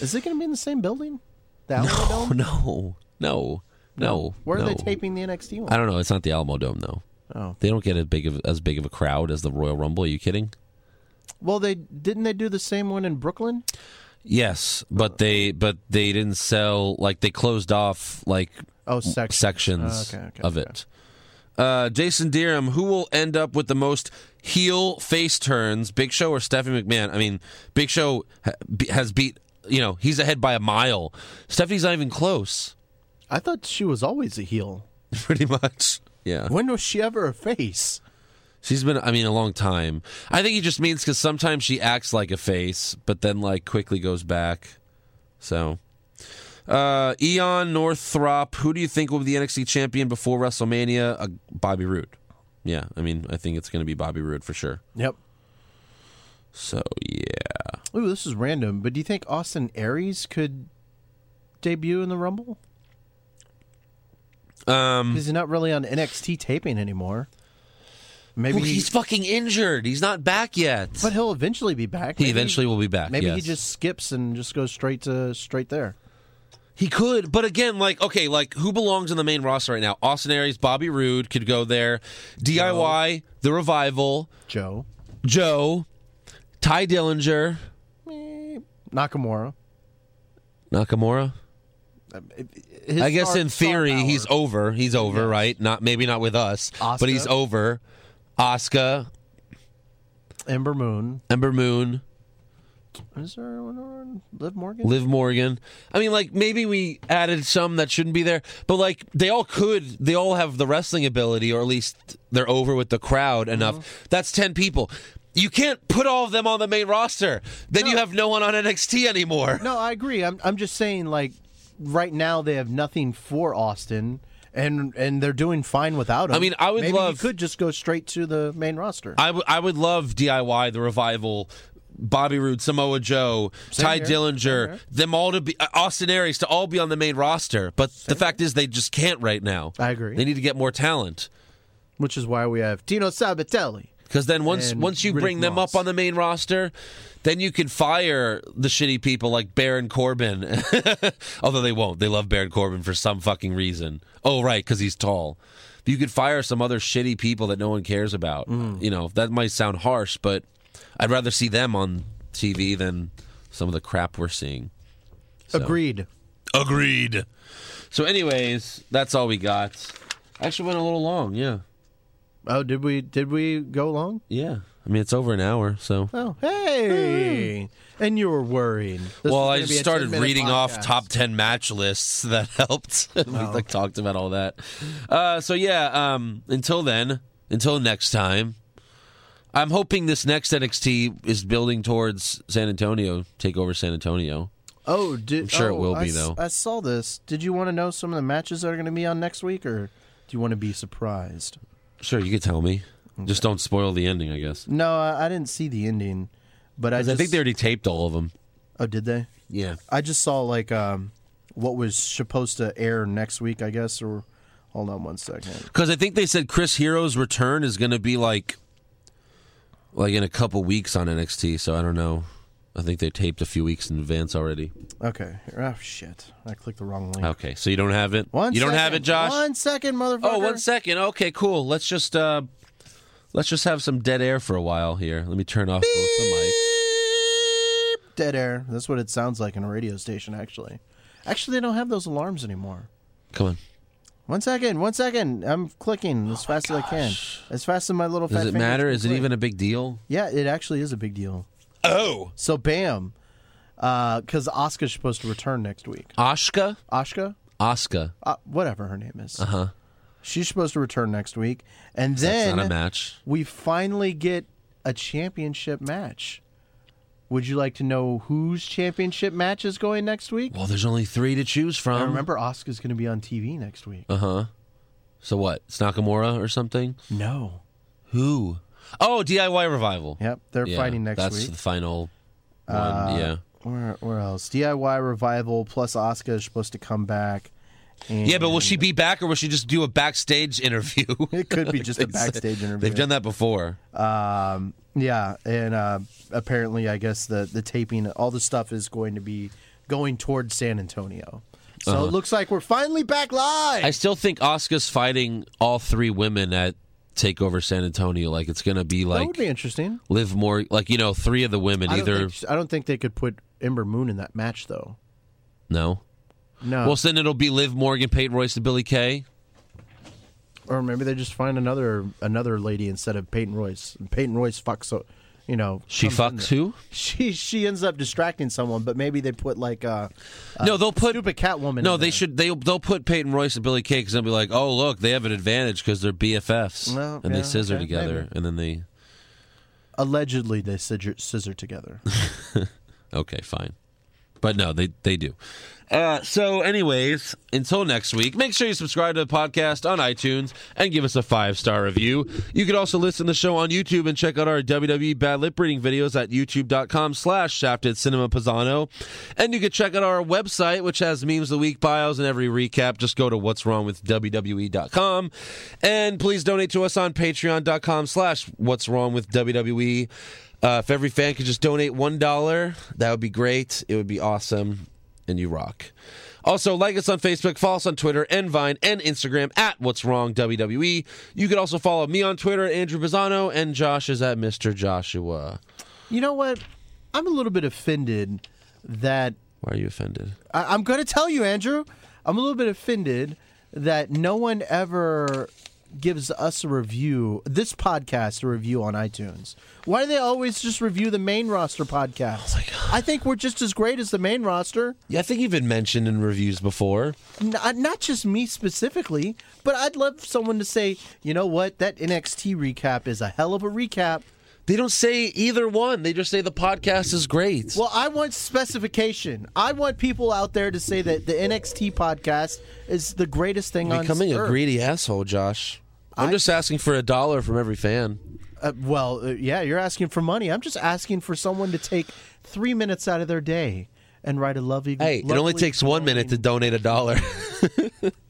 C: Is it going to be in the same building? The Alamo
B: Oh,
C: Dome?
B: no, no, no.
C: Where are they
B: no.
C: taping the NXT one?
B: I don't know. It's not the Alamo Dome though.
C: Oh.
B: They don't get as big of as big of a crowd as the Royal Rumble. Are you kidding?
C: Well, they didn't they do the same one in Brooklyn?
B: Yes, but they but they didn't sell like they closed off like
C: Oh, section.
B: sections
C: Oh, okay, okay,
B: of
C: okay.
B: it. Uh, Jason Deerham, who will end up with the most heel face turns, Big Show or Stephanie McMahon? I mean, Big Show ha- be- has beat you know he's ahead by a mile. Stephanie's not even close,
C: I thought she was always a heel.
B: pretty much. Yeah,
C: When was she ever a face?
B: she's been. I mean, a long time. I think he just means because sometimes she acts like a face, but then like quickly goes back. So, uh, Eon Northrop, who do you think will be the NXT champion before WrestleMania? Uh, Bobby Roode. Yeah, I mean, I think it's going to be Bobby Roode for sure.
C: Yep.
B: So yeah,
C: Ooh, this is random, but do you think Austin Aries could debut in the Rumble? Um, he's not really on NXT taping anymore. Maybe,
B: Well, he's fucking injured. He's not back yet.
C: but he'll eventually be back.
B: he
C: Maybe-
B: eventually will be back.
C: Maybe he
B: yes.
C: just skips and just goes straight to straight there.
B: he could, but again, like okay, like who belongs in the main roster right now? Austin Aries, Bobby Roode could go there. DIY, the revival,
C: Joe
B: Joe, Ty Dillinger,
C: Nakamura.
B: Nakamura.
C: His
B: I guess
C: star-
B: in
C: star
B: theory
C: power.
B: he's over. He's over, right? Not maybe not with us, but
C: Asuka.
B: he's over. Oscar,
C: Ember Moon.
B: Ember Moon,
C: Is there anyone on Liv Morgan?
B: Liv Morgan. I mean, like maybe we added some that shouldn't be there, but like they all could. They all have the wrestling ability, or at least they're over with the crowd enough.
C: Uh-huh.
B: That's ten people. You can't put all of them on the main roster. Then you have no one on NXT anymore.
C: No, I agree. I'm I'm just saying like right now they have nothing for Austin and and they're doing fine without him.
B: I mean, I would
C: Maybe
B: love-
C: he could just go straight to the main roster.
B: I, w- I would love DIY, the revival, Bobby Roode, Samoa Joe, Ty
C: here.
B: Dillinger, them all to be uh, Austin Aries to all be on the main roster. But the fact is, they just can't right now.
C: I agree.
B: They need to get more talent
C: which is why we have Tino Sabatelli.
B: because then once
C: And
B: once you
C: Riddick
B: bring them
C: Moss.
B: up on the main roster, then you can fire the shitty people like Baron Corbin. Although they won't. They love Baron Corbin for some fucking reason. Oh right, because he's tall. You could fire some other shitty people that no one cares about. You know that might sound harsh, but I'd rather see them on TV than some of the crap we're seeing.
C: Agreed.
B: Agreed. So, anyways, that's all we got. Actually, went a little long. Yeah,
C: Oh, did we did we go long?
B: yeah. I mean, it's over an hour, so.
C: Oh, hey. And you were worried. This
B: Hmm. well,
C: was
B: I
C: gonna
B: just
C: be a
B: started
C: 10-minute
B: reading off
C: podcast.
B: top ten match lists that helped. we like talked about all that. Uh, so yeah, um, until then, until next time, I'm hoping this next NXT is building towards San Antonio take over San Antonio.
C: Oh, did, I'm
B: sure it will be, though.
C: I saw this. Did you want to know some of the matches that are going to be on next week, or do you want to be surprised?
B: Sure, you could tell me. Just don't spoil the ending, I guess.
C: No, I, I didn't see the ending, but I,
B: 'Cause
C: just,
B: I think they already taped all of them.
C: Oh, did they?
B: Yeah.
C: I just saw like um, what was supposed to air next week, I guess. Or hold on one second.
B: Because I think they said Chris Hero's return is going to be like, like in a couple weeks on NXT. So I don't know. I think they taped a few weeks in advance already.
C: Okay. Oh shit! I clicked the wrong link.
B: Okay, so you don't have it.
C: One
B: Oh. you don't have it,
C: second.
B: Josh.
C: One second, motherfucker.
B: Oh, one second. Okay, cool. Let's just uh let's just have some dead air for a while here. Let me turn off both the
C: Dead air. That's what it sounds like in a radio station, actually. Actually, they don't have those alarms anymore.
B: mic. Come on.
C: One second, one second. I'm clicking as fast as I can, as fast as my little.
B: Oh Does
C: fat
B: it
C: fingers
B: matter?
C: can
B: Is it
C: click.
B: even a big deal?
C: Yeah, it actually is a big deal.
B: Oh,
C: So bam, because Oscar's supposed to return next week.
B: Ashka,
C: Ashka,
B: Asuka.
C: uh, whatever her name is. Uh huh. She's supposed to return next week, and
B: Uh-huh. That's not a
C: then
B: match.
C: we finally get a championship match. Would you like to know whose championship match is going next week?
B: Well, there's only three to choose from.
C: I remember Oscar's going to be on TV next week.
B: Um, Uh huh. So what? It's Nakamura or something?
C: no.
B: Who? Oh, DIY Revival.
C: Yep, they're
B: Yeah,
C: fighting next
B: that's
C: week. Uh,
B: the final one. yeah.
C: Where, where else? DIY revival plus Oscar is supposed to come back. And
B: Yeah, but will she be back or will she just do a backstage interview?
C: It could be just a backstage interview.
B: They've done that before.
C: Um, Yeah, and uh, apparently, I guess the the taping, all the stuff is going to be going towards San Antonio. So it looks like we're finally back live.
B: Uh-huh. I still think Oscar's fighting all three women at Takeover San Antonio. Like it's gonna be
C: that
B: like
C: would be interesting.
B: live more like you know three of the women
C: I don't,
B: either
C: think, I don't think they could put Ember Moon in that match though.
B: no.
C: No,
B: Well, then it'll be Liv Morgan, Peyton Royce, and Billy Kay.
C: or maybe they just find another another lady instead of Peyton Royce. Peyton Royce fucks, so you know
B: She
C: comes in
B: fucks
C: there.
B: who?
C: She she ends up distracting someone, but maybe they put like uh,
B: no, they'll put
C: stupid Catwoman.
B: No,
C: in
B: they
C: there.
B: should. They they'll put Peyton Royce and Billy Kay because they'll be like, oh look, they have an advantage because they're BFFs
C: Well,
B: and they
C: yeah,
B: scissor
C: okay,
B: together,
C: maybe.
B: and then they
C: Allegedly, they scissor, scissor together.
B: okay, fine. But no, they they do. Uh, so, anyways, until next week, make sure you subscribe to the podcast on iTunes and give us a five star review. You can also listen to the show on YouTube and check out our WWE bad lip reading videos at youtube.com slash shafted cinema pisano. And you can check out our website, which has memes of the week bios and every recap. Just go to what's wrong with WWE.com. And please donate to us on patreon.com slash what's wrong with WWE. Uh, if every fan could just donate one dollar, that would be great. It would be awesome, and you rock. Also, like us on Facebook, follow us on Twitter and Vine and Instagram at What's Wrong WWE. You can also follow me on Twitter at Andrew Pisano, and Josh is at Mr. Joshua.
C: you know what? I'm a little bit offended that
B: Why are you offended?
C: I, I'm going to tell you, Andrew. I'm a little bit offended that no one ever gives us a review, this podcast, a review on iTunes. Why do they always just review the main roster podcast? I think we're just as great as the main roster.
B: Yeah, I think you've been mentioned in reviews before.
C: N- uh, not just me specifically, but I'd love someone to say, you know what, that NXT recap is a hell of a recap.
B: They don't say either one. They just say the podcast is great.
C: Well, I want specification. I want people out there to say that the NXT podcast is the greatest thing on
B: Becoming a
C: earth.
B: greedy asshole, Josh. I'm
C: I-
B: just asking for a dollar from every fan.
C: Uh, well, uh, yeah, you're asking for money. I'm just asking for someone to take three minutes out of their day and write a lovely.
B: Hey, it only
C: lovely,
B: takes one minute to
C: glowing-
B: donate a dollar.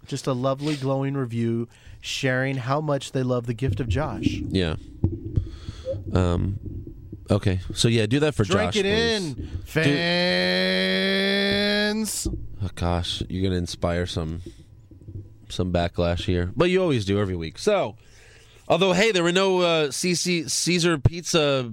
C: just a lovely glowing review, sharing how much they love the gift of Josh.
B: Yeah. Um. Okay. So yeah, do that for
C: Drink
B: Josh.
C: it
B: please.
C: in, fans.
B: Oh gosh, you're gonna inspire some some backlash here, but you always do every week. So, although hey, there were no uh, CC Caesar pizza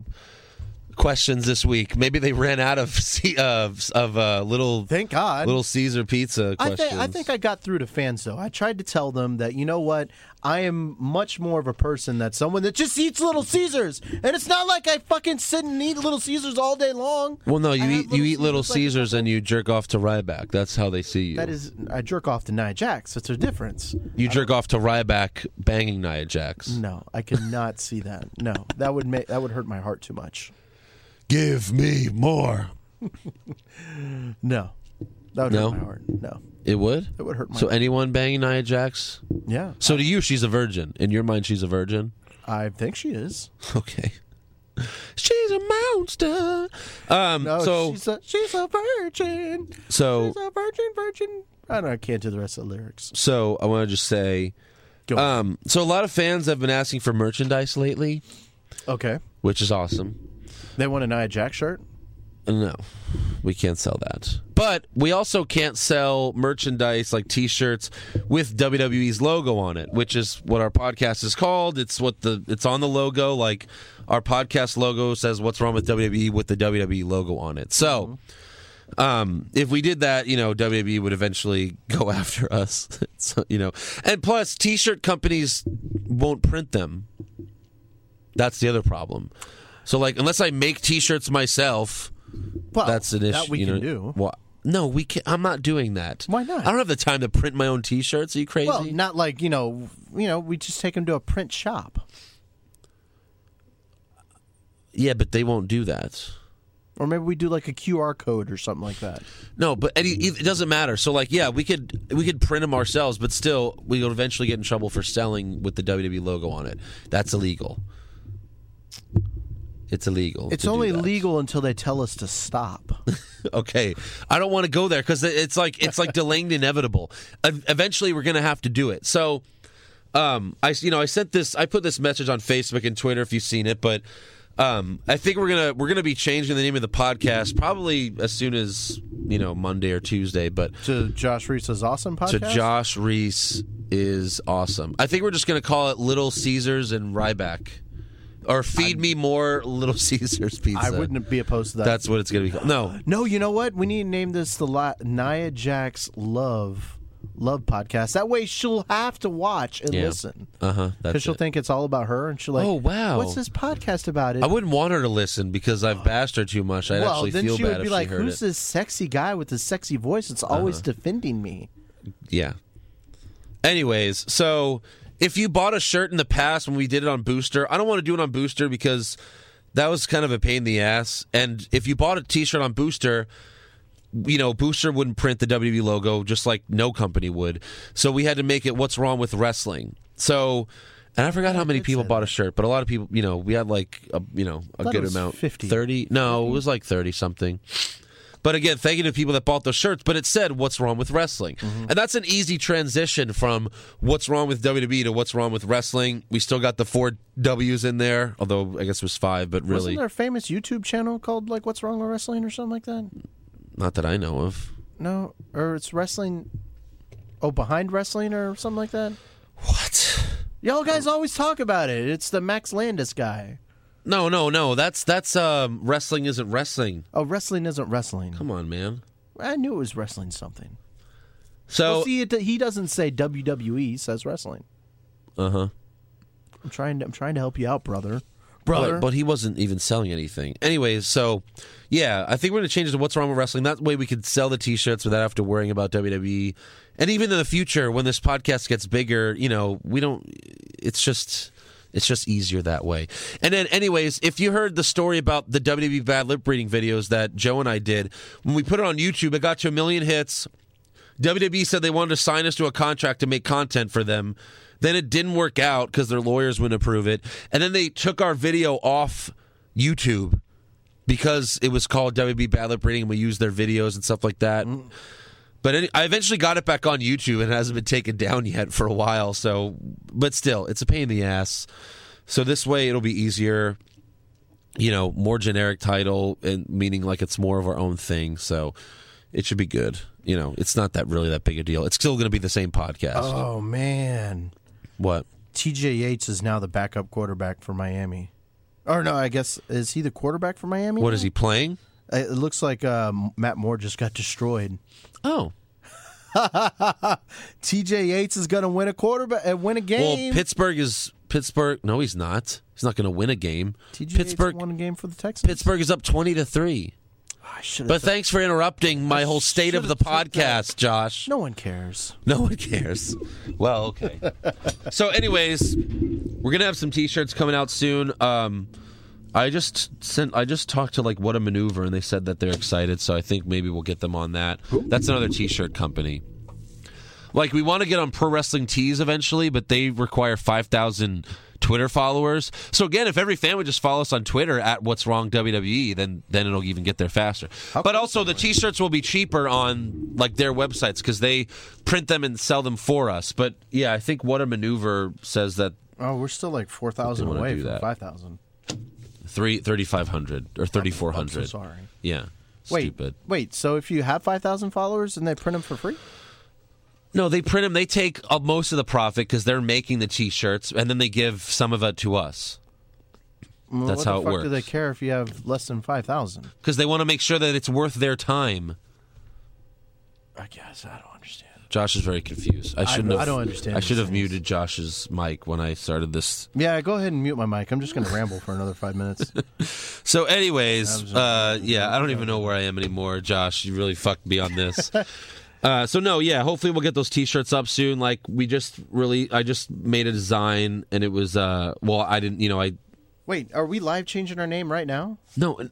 B: questions this week. Maybe they ran out of C- uh, of uh, little
C: Thank God.
B: little Caesar pizza
C: I,
B: questions.
C: thi- I think I got through to fans though. I tried to tell them that you know what, I am much more of a person that's someone that just eats Little Caesars, and it's not like I fucking sit and eat Little Caesars all day long.
B: Well, no,
C: I
B: you
C: have
B: eat you eat Little
C: like-
B: Caesars and you jerk off to Ryback. That's how they see you.
C: that is, I jerk off to Nia Jax. That's a difference.
B: you jerk off to Ryback banging Nia Jax.
C: No, I could not see that. No, that would make that would hurt my heart too much.
B: Give me more.
C: No, that would
B: No?
C: hurt my heart. No,
B: It would.
C: It would hurt my-
B: So anyone banging Nia Jax?
C: yeah,
B: So to you, she's a virgin. In your mind, she's a virgin.
C: I think she is.
B: Okay. She's a monster. Um.
C: No,
B: so
C: she's a she's a virgin.
B: so
C: She's a virgin, virgin. I don't know. I can't do the rest of the lyrics.
B: so I want to just say,
C: Go. on.
B: um. So a lot of fans have been asking for merchandise lately, Uh,
C: okay.
B: which is awesome.
C: They want an Nia Jack shirt.
B: No, we can't sell that. But we also can't sell merchandise like T-shirts with WWE's logo on it, which is what our podcast is called. It's what the it's on the logo. Like our podcast logo says, "What's wrong with WWE?" with the WWE logo on it. So. um, if we did that, you know, WWE would eventually go after us. so, you know, and plus, T-shirt companies won't print them. That's the other problem. So, like, unless I make T-shirts myself,
C: Well,
B: that's an issue.
C: Oh, That we
B: you
C: can
B: know.
C: do.
B: Wha- No, we can't. I'm not doing that.
C: Why not?
B: I don't have the time to print my own T-shirts. Are you crazy?
C: Well, not like you know, you know, we just take them to a print shop.
B: yeah, but they won't do that.
C: Or maybe we do like a QR code or something like that.
B: No, but any, e, it doesn't matter. So like, yeah, we could we could print them ourselves, but still, we would eventually get in trouble for selling with the WWE logo on it. That's illegal. It's illegal.
C: It's
B: to do
C: only
B: that.
C: legal until they tell us to stop.
B: Okay, I don't want to go there because it's like it's like delaying the inevitable. Ev- Eventually, we're gonna have to do it. So, um, I you know I sent this I put this message on Facebook and Twitter if you've seen it, but um, I think we're gonna we're gonna be changing the name of the podcast probably as soon as you know Monday or Tuesday, but.
C: to Josh Reese's awesome
B: So
C: podcast.
B: Josh Reese is awesome. I think we're just gonna call it Little Caesars and Ryback, or Feed Me More Little Caesars Pizza.
C: I wouldn't be opposed to that.
B: That's what it's gonna be called. No,
C: no, you know what? We need to name this the La- Nia Jax Love Love Podcast. That way she'll have to watch and
B: Yeah.
C: listen.
B: uh huh.
C: Because
B: That's
C: she'll
B: it.
C: think it's all about her and she'll like
B: Oh, wow.
C: What's this podcast about? It
B: I wouldn't want her to listen because I've bashed her too much. I'd
C: well,
B: actually
C: then
B: feel
C: she
B: bad
C: would
B: if
C: be
B: she
C: like,
B: heard
C: "Who's
B: it. Uh-huh.
C: this sexy guy with this sexy voice that's always defending me?"
B: Yeah. Anyways, so if you bought a shirt in the past when we did it on Booster, I don't want to do it on Booster because that was kind of a pain in the ass. And if you bought a T-shirt on Booster, you know, Booster wouldn't print the WWE logo just like no company would. So we had to make it what's wrong with wrestling. So, and I forgot how many people bought a shirt, but a lot of people, you know, we had like a, you know, a
C: thought it
B: good
C: was
B: amount.
C: 50.
B: 30. No, it was like 30 something. But again, thank you to people that bought those shirts, but it said what's wrong with wrestling.
C: Mm-hmm.
B: And that's an easy transition from what's wrong with WWE to what's wrong with wrestling. We still got the four W's in there, although I guess it was 5, but really
C: Wasn't there a famous YouTube channel called like "What's Wrong with Wrestling" or something like that?
B: not that I know of.
C: No, or it's wrestling. Oh, behind wrestling or something like that.
B: What?
C: Y'all guys always talk about it. It's the Max Landis guy.
B: No, no, no. That's that's um, wrestling isn't wrestling.
C: Oh, wrestling isn't wrestling.
B: Come on, man.
C: I knew it was wrestling something.
B: So
C: Well, see, it, he doesn't say WWE. He says wrestling.
B: uh huh.
C: I'm trying. To, I'm trying to help you out, brother. Brother.
B: But, but he wasn't even selling anything. Anyways, so yeah, I think we're gonna change it to what's wrong with wrestling. That way we could sell the t-shirts without after worrying about WWE. And even in the future, when this podcast gets bigger, you know, we don't. It's just. It's just easier that way. And then, anyways, if you heard the story about the WWE bad lip reading videos that Joe and I did, when we put it on YouTube, it got to a million hits. WWE E said they wanted to sign us to a contract to make content for them. Then it didn't work out because their lawyers wouldn't approve it. And then they took our video off YouTube because it was called WWE Bad Lip Reading and we used their videos and stuff like that. But any, I eventually got it back on YouTube and it hasn't been taken down yet for a while. So, but still, it's a pain in the ass. So this way it'll be easier you know, more generic title and meaning like it's more of our own thing. So it should be good. You know, it's not that really that big a deal. It's still going to be the same podcast.
C: oh man.
B: what?
C: TJ Yates is now the backup quarterback for Miami. Or no, I guess is he the quarterback for Miami?
B: What is he playing?
C: now? It looks like uh, Matt Moore just got destroyed.
B: Oh,
C: TJ Yates is going to win a quarterback and win a
B: well,
C: game.
B: Pittsburgh is Pittsburgh. No, he's not. He's not going to win a game.
C: TJ
B: Pittsburgh.
C: Yates won a game for the Texans.
B: Pittsburgh is up twenty to three.
C: I should've
B: But
C: thought-
B: thanks for interrupting my whole state of the
C: should've said that.
B: podcast, Josh.
C: no one cares.
B: No one cares. Well, okay. so, anyways, we're gonna have some T-shirts coming out soon. Um, I just sent. I just talked to like what a maneuver, and they said that they're excited. So I think maybe we'll get them on that. That's another T-shirt company. Like we want to get on pro wrestling tees eventually, but they require five thousand Twitter followers. So again, if every fan would just follow us on Twitter at What's Wrong WWE, then then it'll even get there faster. but also the T-shirts will be cheaper on like their websites because they print them and sell them for us. But yeah, I think What a Maneuver says that
C: Oh, we're still like 4,000
B: They wanna
C: away
B: do
C: from
B: that.
C: 5,000.
B: three thirty five hundred or thirty four hundred.
C: sorry.
B: Yeah.
C: Wait.
B: Stupid.
C: Wait, so if you have 5,000 followers and they print them for free?
B: No, they print them. They take uh, most of the profit because they're making the T-shirts, and then they give some of it to us.
C: Well,
B: That's
C: what
B: how
C: the
B: it
C: fuck
B: works.
C: do they care if you have less than 5,000?
B: because they want to make sure that it's worth their time.
C: I guess I don't understand.
B: Josh is very confused. I shouldn't have.
C: I don't understand
B: I should
C: these
B: have
C: things.
B: muted Josh's mic when I started this.
C: Yeah, go ahead and mute my mic. I'm just going to ramble for another 5 minutes.
B: So, anyways, uh, yeah, I don't even know where I am anymore. Josh, you really fucked me on this. Uh, so no, yeah. Hopefully, we'll get those T-shirts up soon. Like we just really, I just made a design, and it was. Uh, well, I didn't. You know, I
C: Wait, are we live changing our name right now?
B: no. and-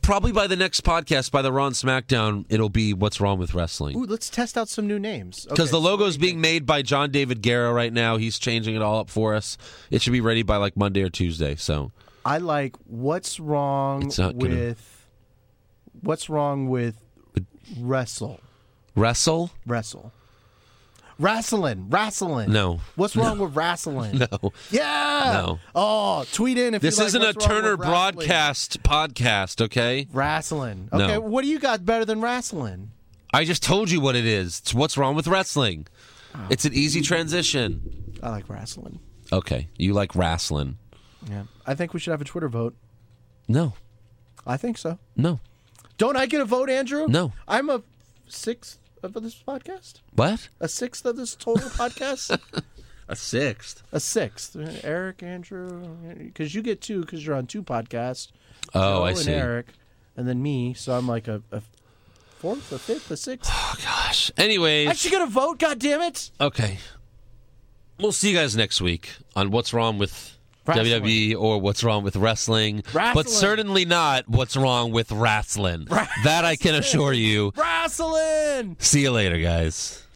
B: probably by the next podcast, by the Raw and SmackDown, it'll be what's wrong with wrestling.
C: Ooh, let's test out some new names.
B: Because
C: Okay,
B: the logo's being made by John David Guerra right now. He's changing it all up for us. It should be ready by like Monday or Tuesday. So
C: I like what's wrong
B: It's not gonna-
C: with what's wrong with wrestle
B: wrestle.
C: wrestle wrestling wrestling.
B: No.
C: what's wrong with wrestling?
B: No.
C: Yeah.
B: No.
C: Oh, tweet in if
B: This
C: you like
B: isn't a
C: what's wrong
B: Turner
C: with wrestling.
B: broadcast podcast, okay?
C: Wrestling.
B: No.
C: Okay, what do you got better than wrestling?
B: I just told you what it is. It's what's wrong with wrestling.
C: Oh.
B: It's an easy transition.
C: I like wrestling.
B: Okay, you like wrestling?
C: Yeah. I think we should have a Twitter vote.
B: No,
C: I think so.
B: no.
C: Don't I get a vote, Andrew?
B: No.
C: I'm a sixth of this podcast.
B: What?
C: A sixth of this total podcast.
B: A sixth?
C: A sixth. Eric, Andrew, because you get two because you're on two podcasts.
B: Oh,
C: Joe
B: I
C: and
B: see.
C: Eric, and then me. So I'm like a, a fourth, a fifth, a sixth.
B: Oh gosh. Anyways,
C: I should get a vote. God damn it!
B: okay. We'll see you guys next week on what's wrong with
C: Wrestling.
B: WWE or what's wrong with wrestling,
C: Wrestling.
B: but certainly not what's wrong with wrestling. That I can assure you.
C: Wrestling.
B: See you later, guys.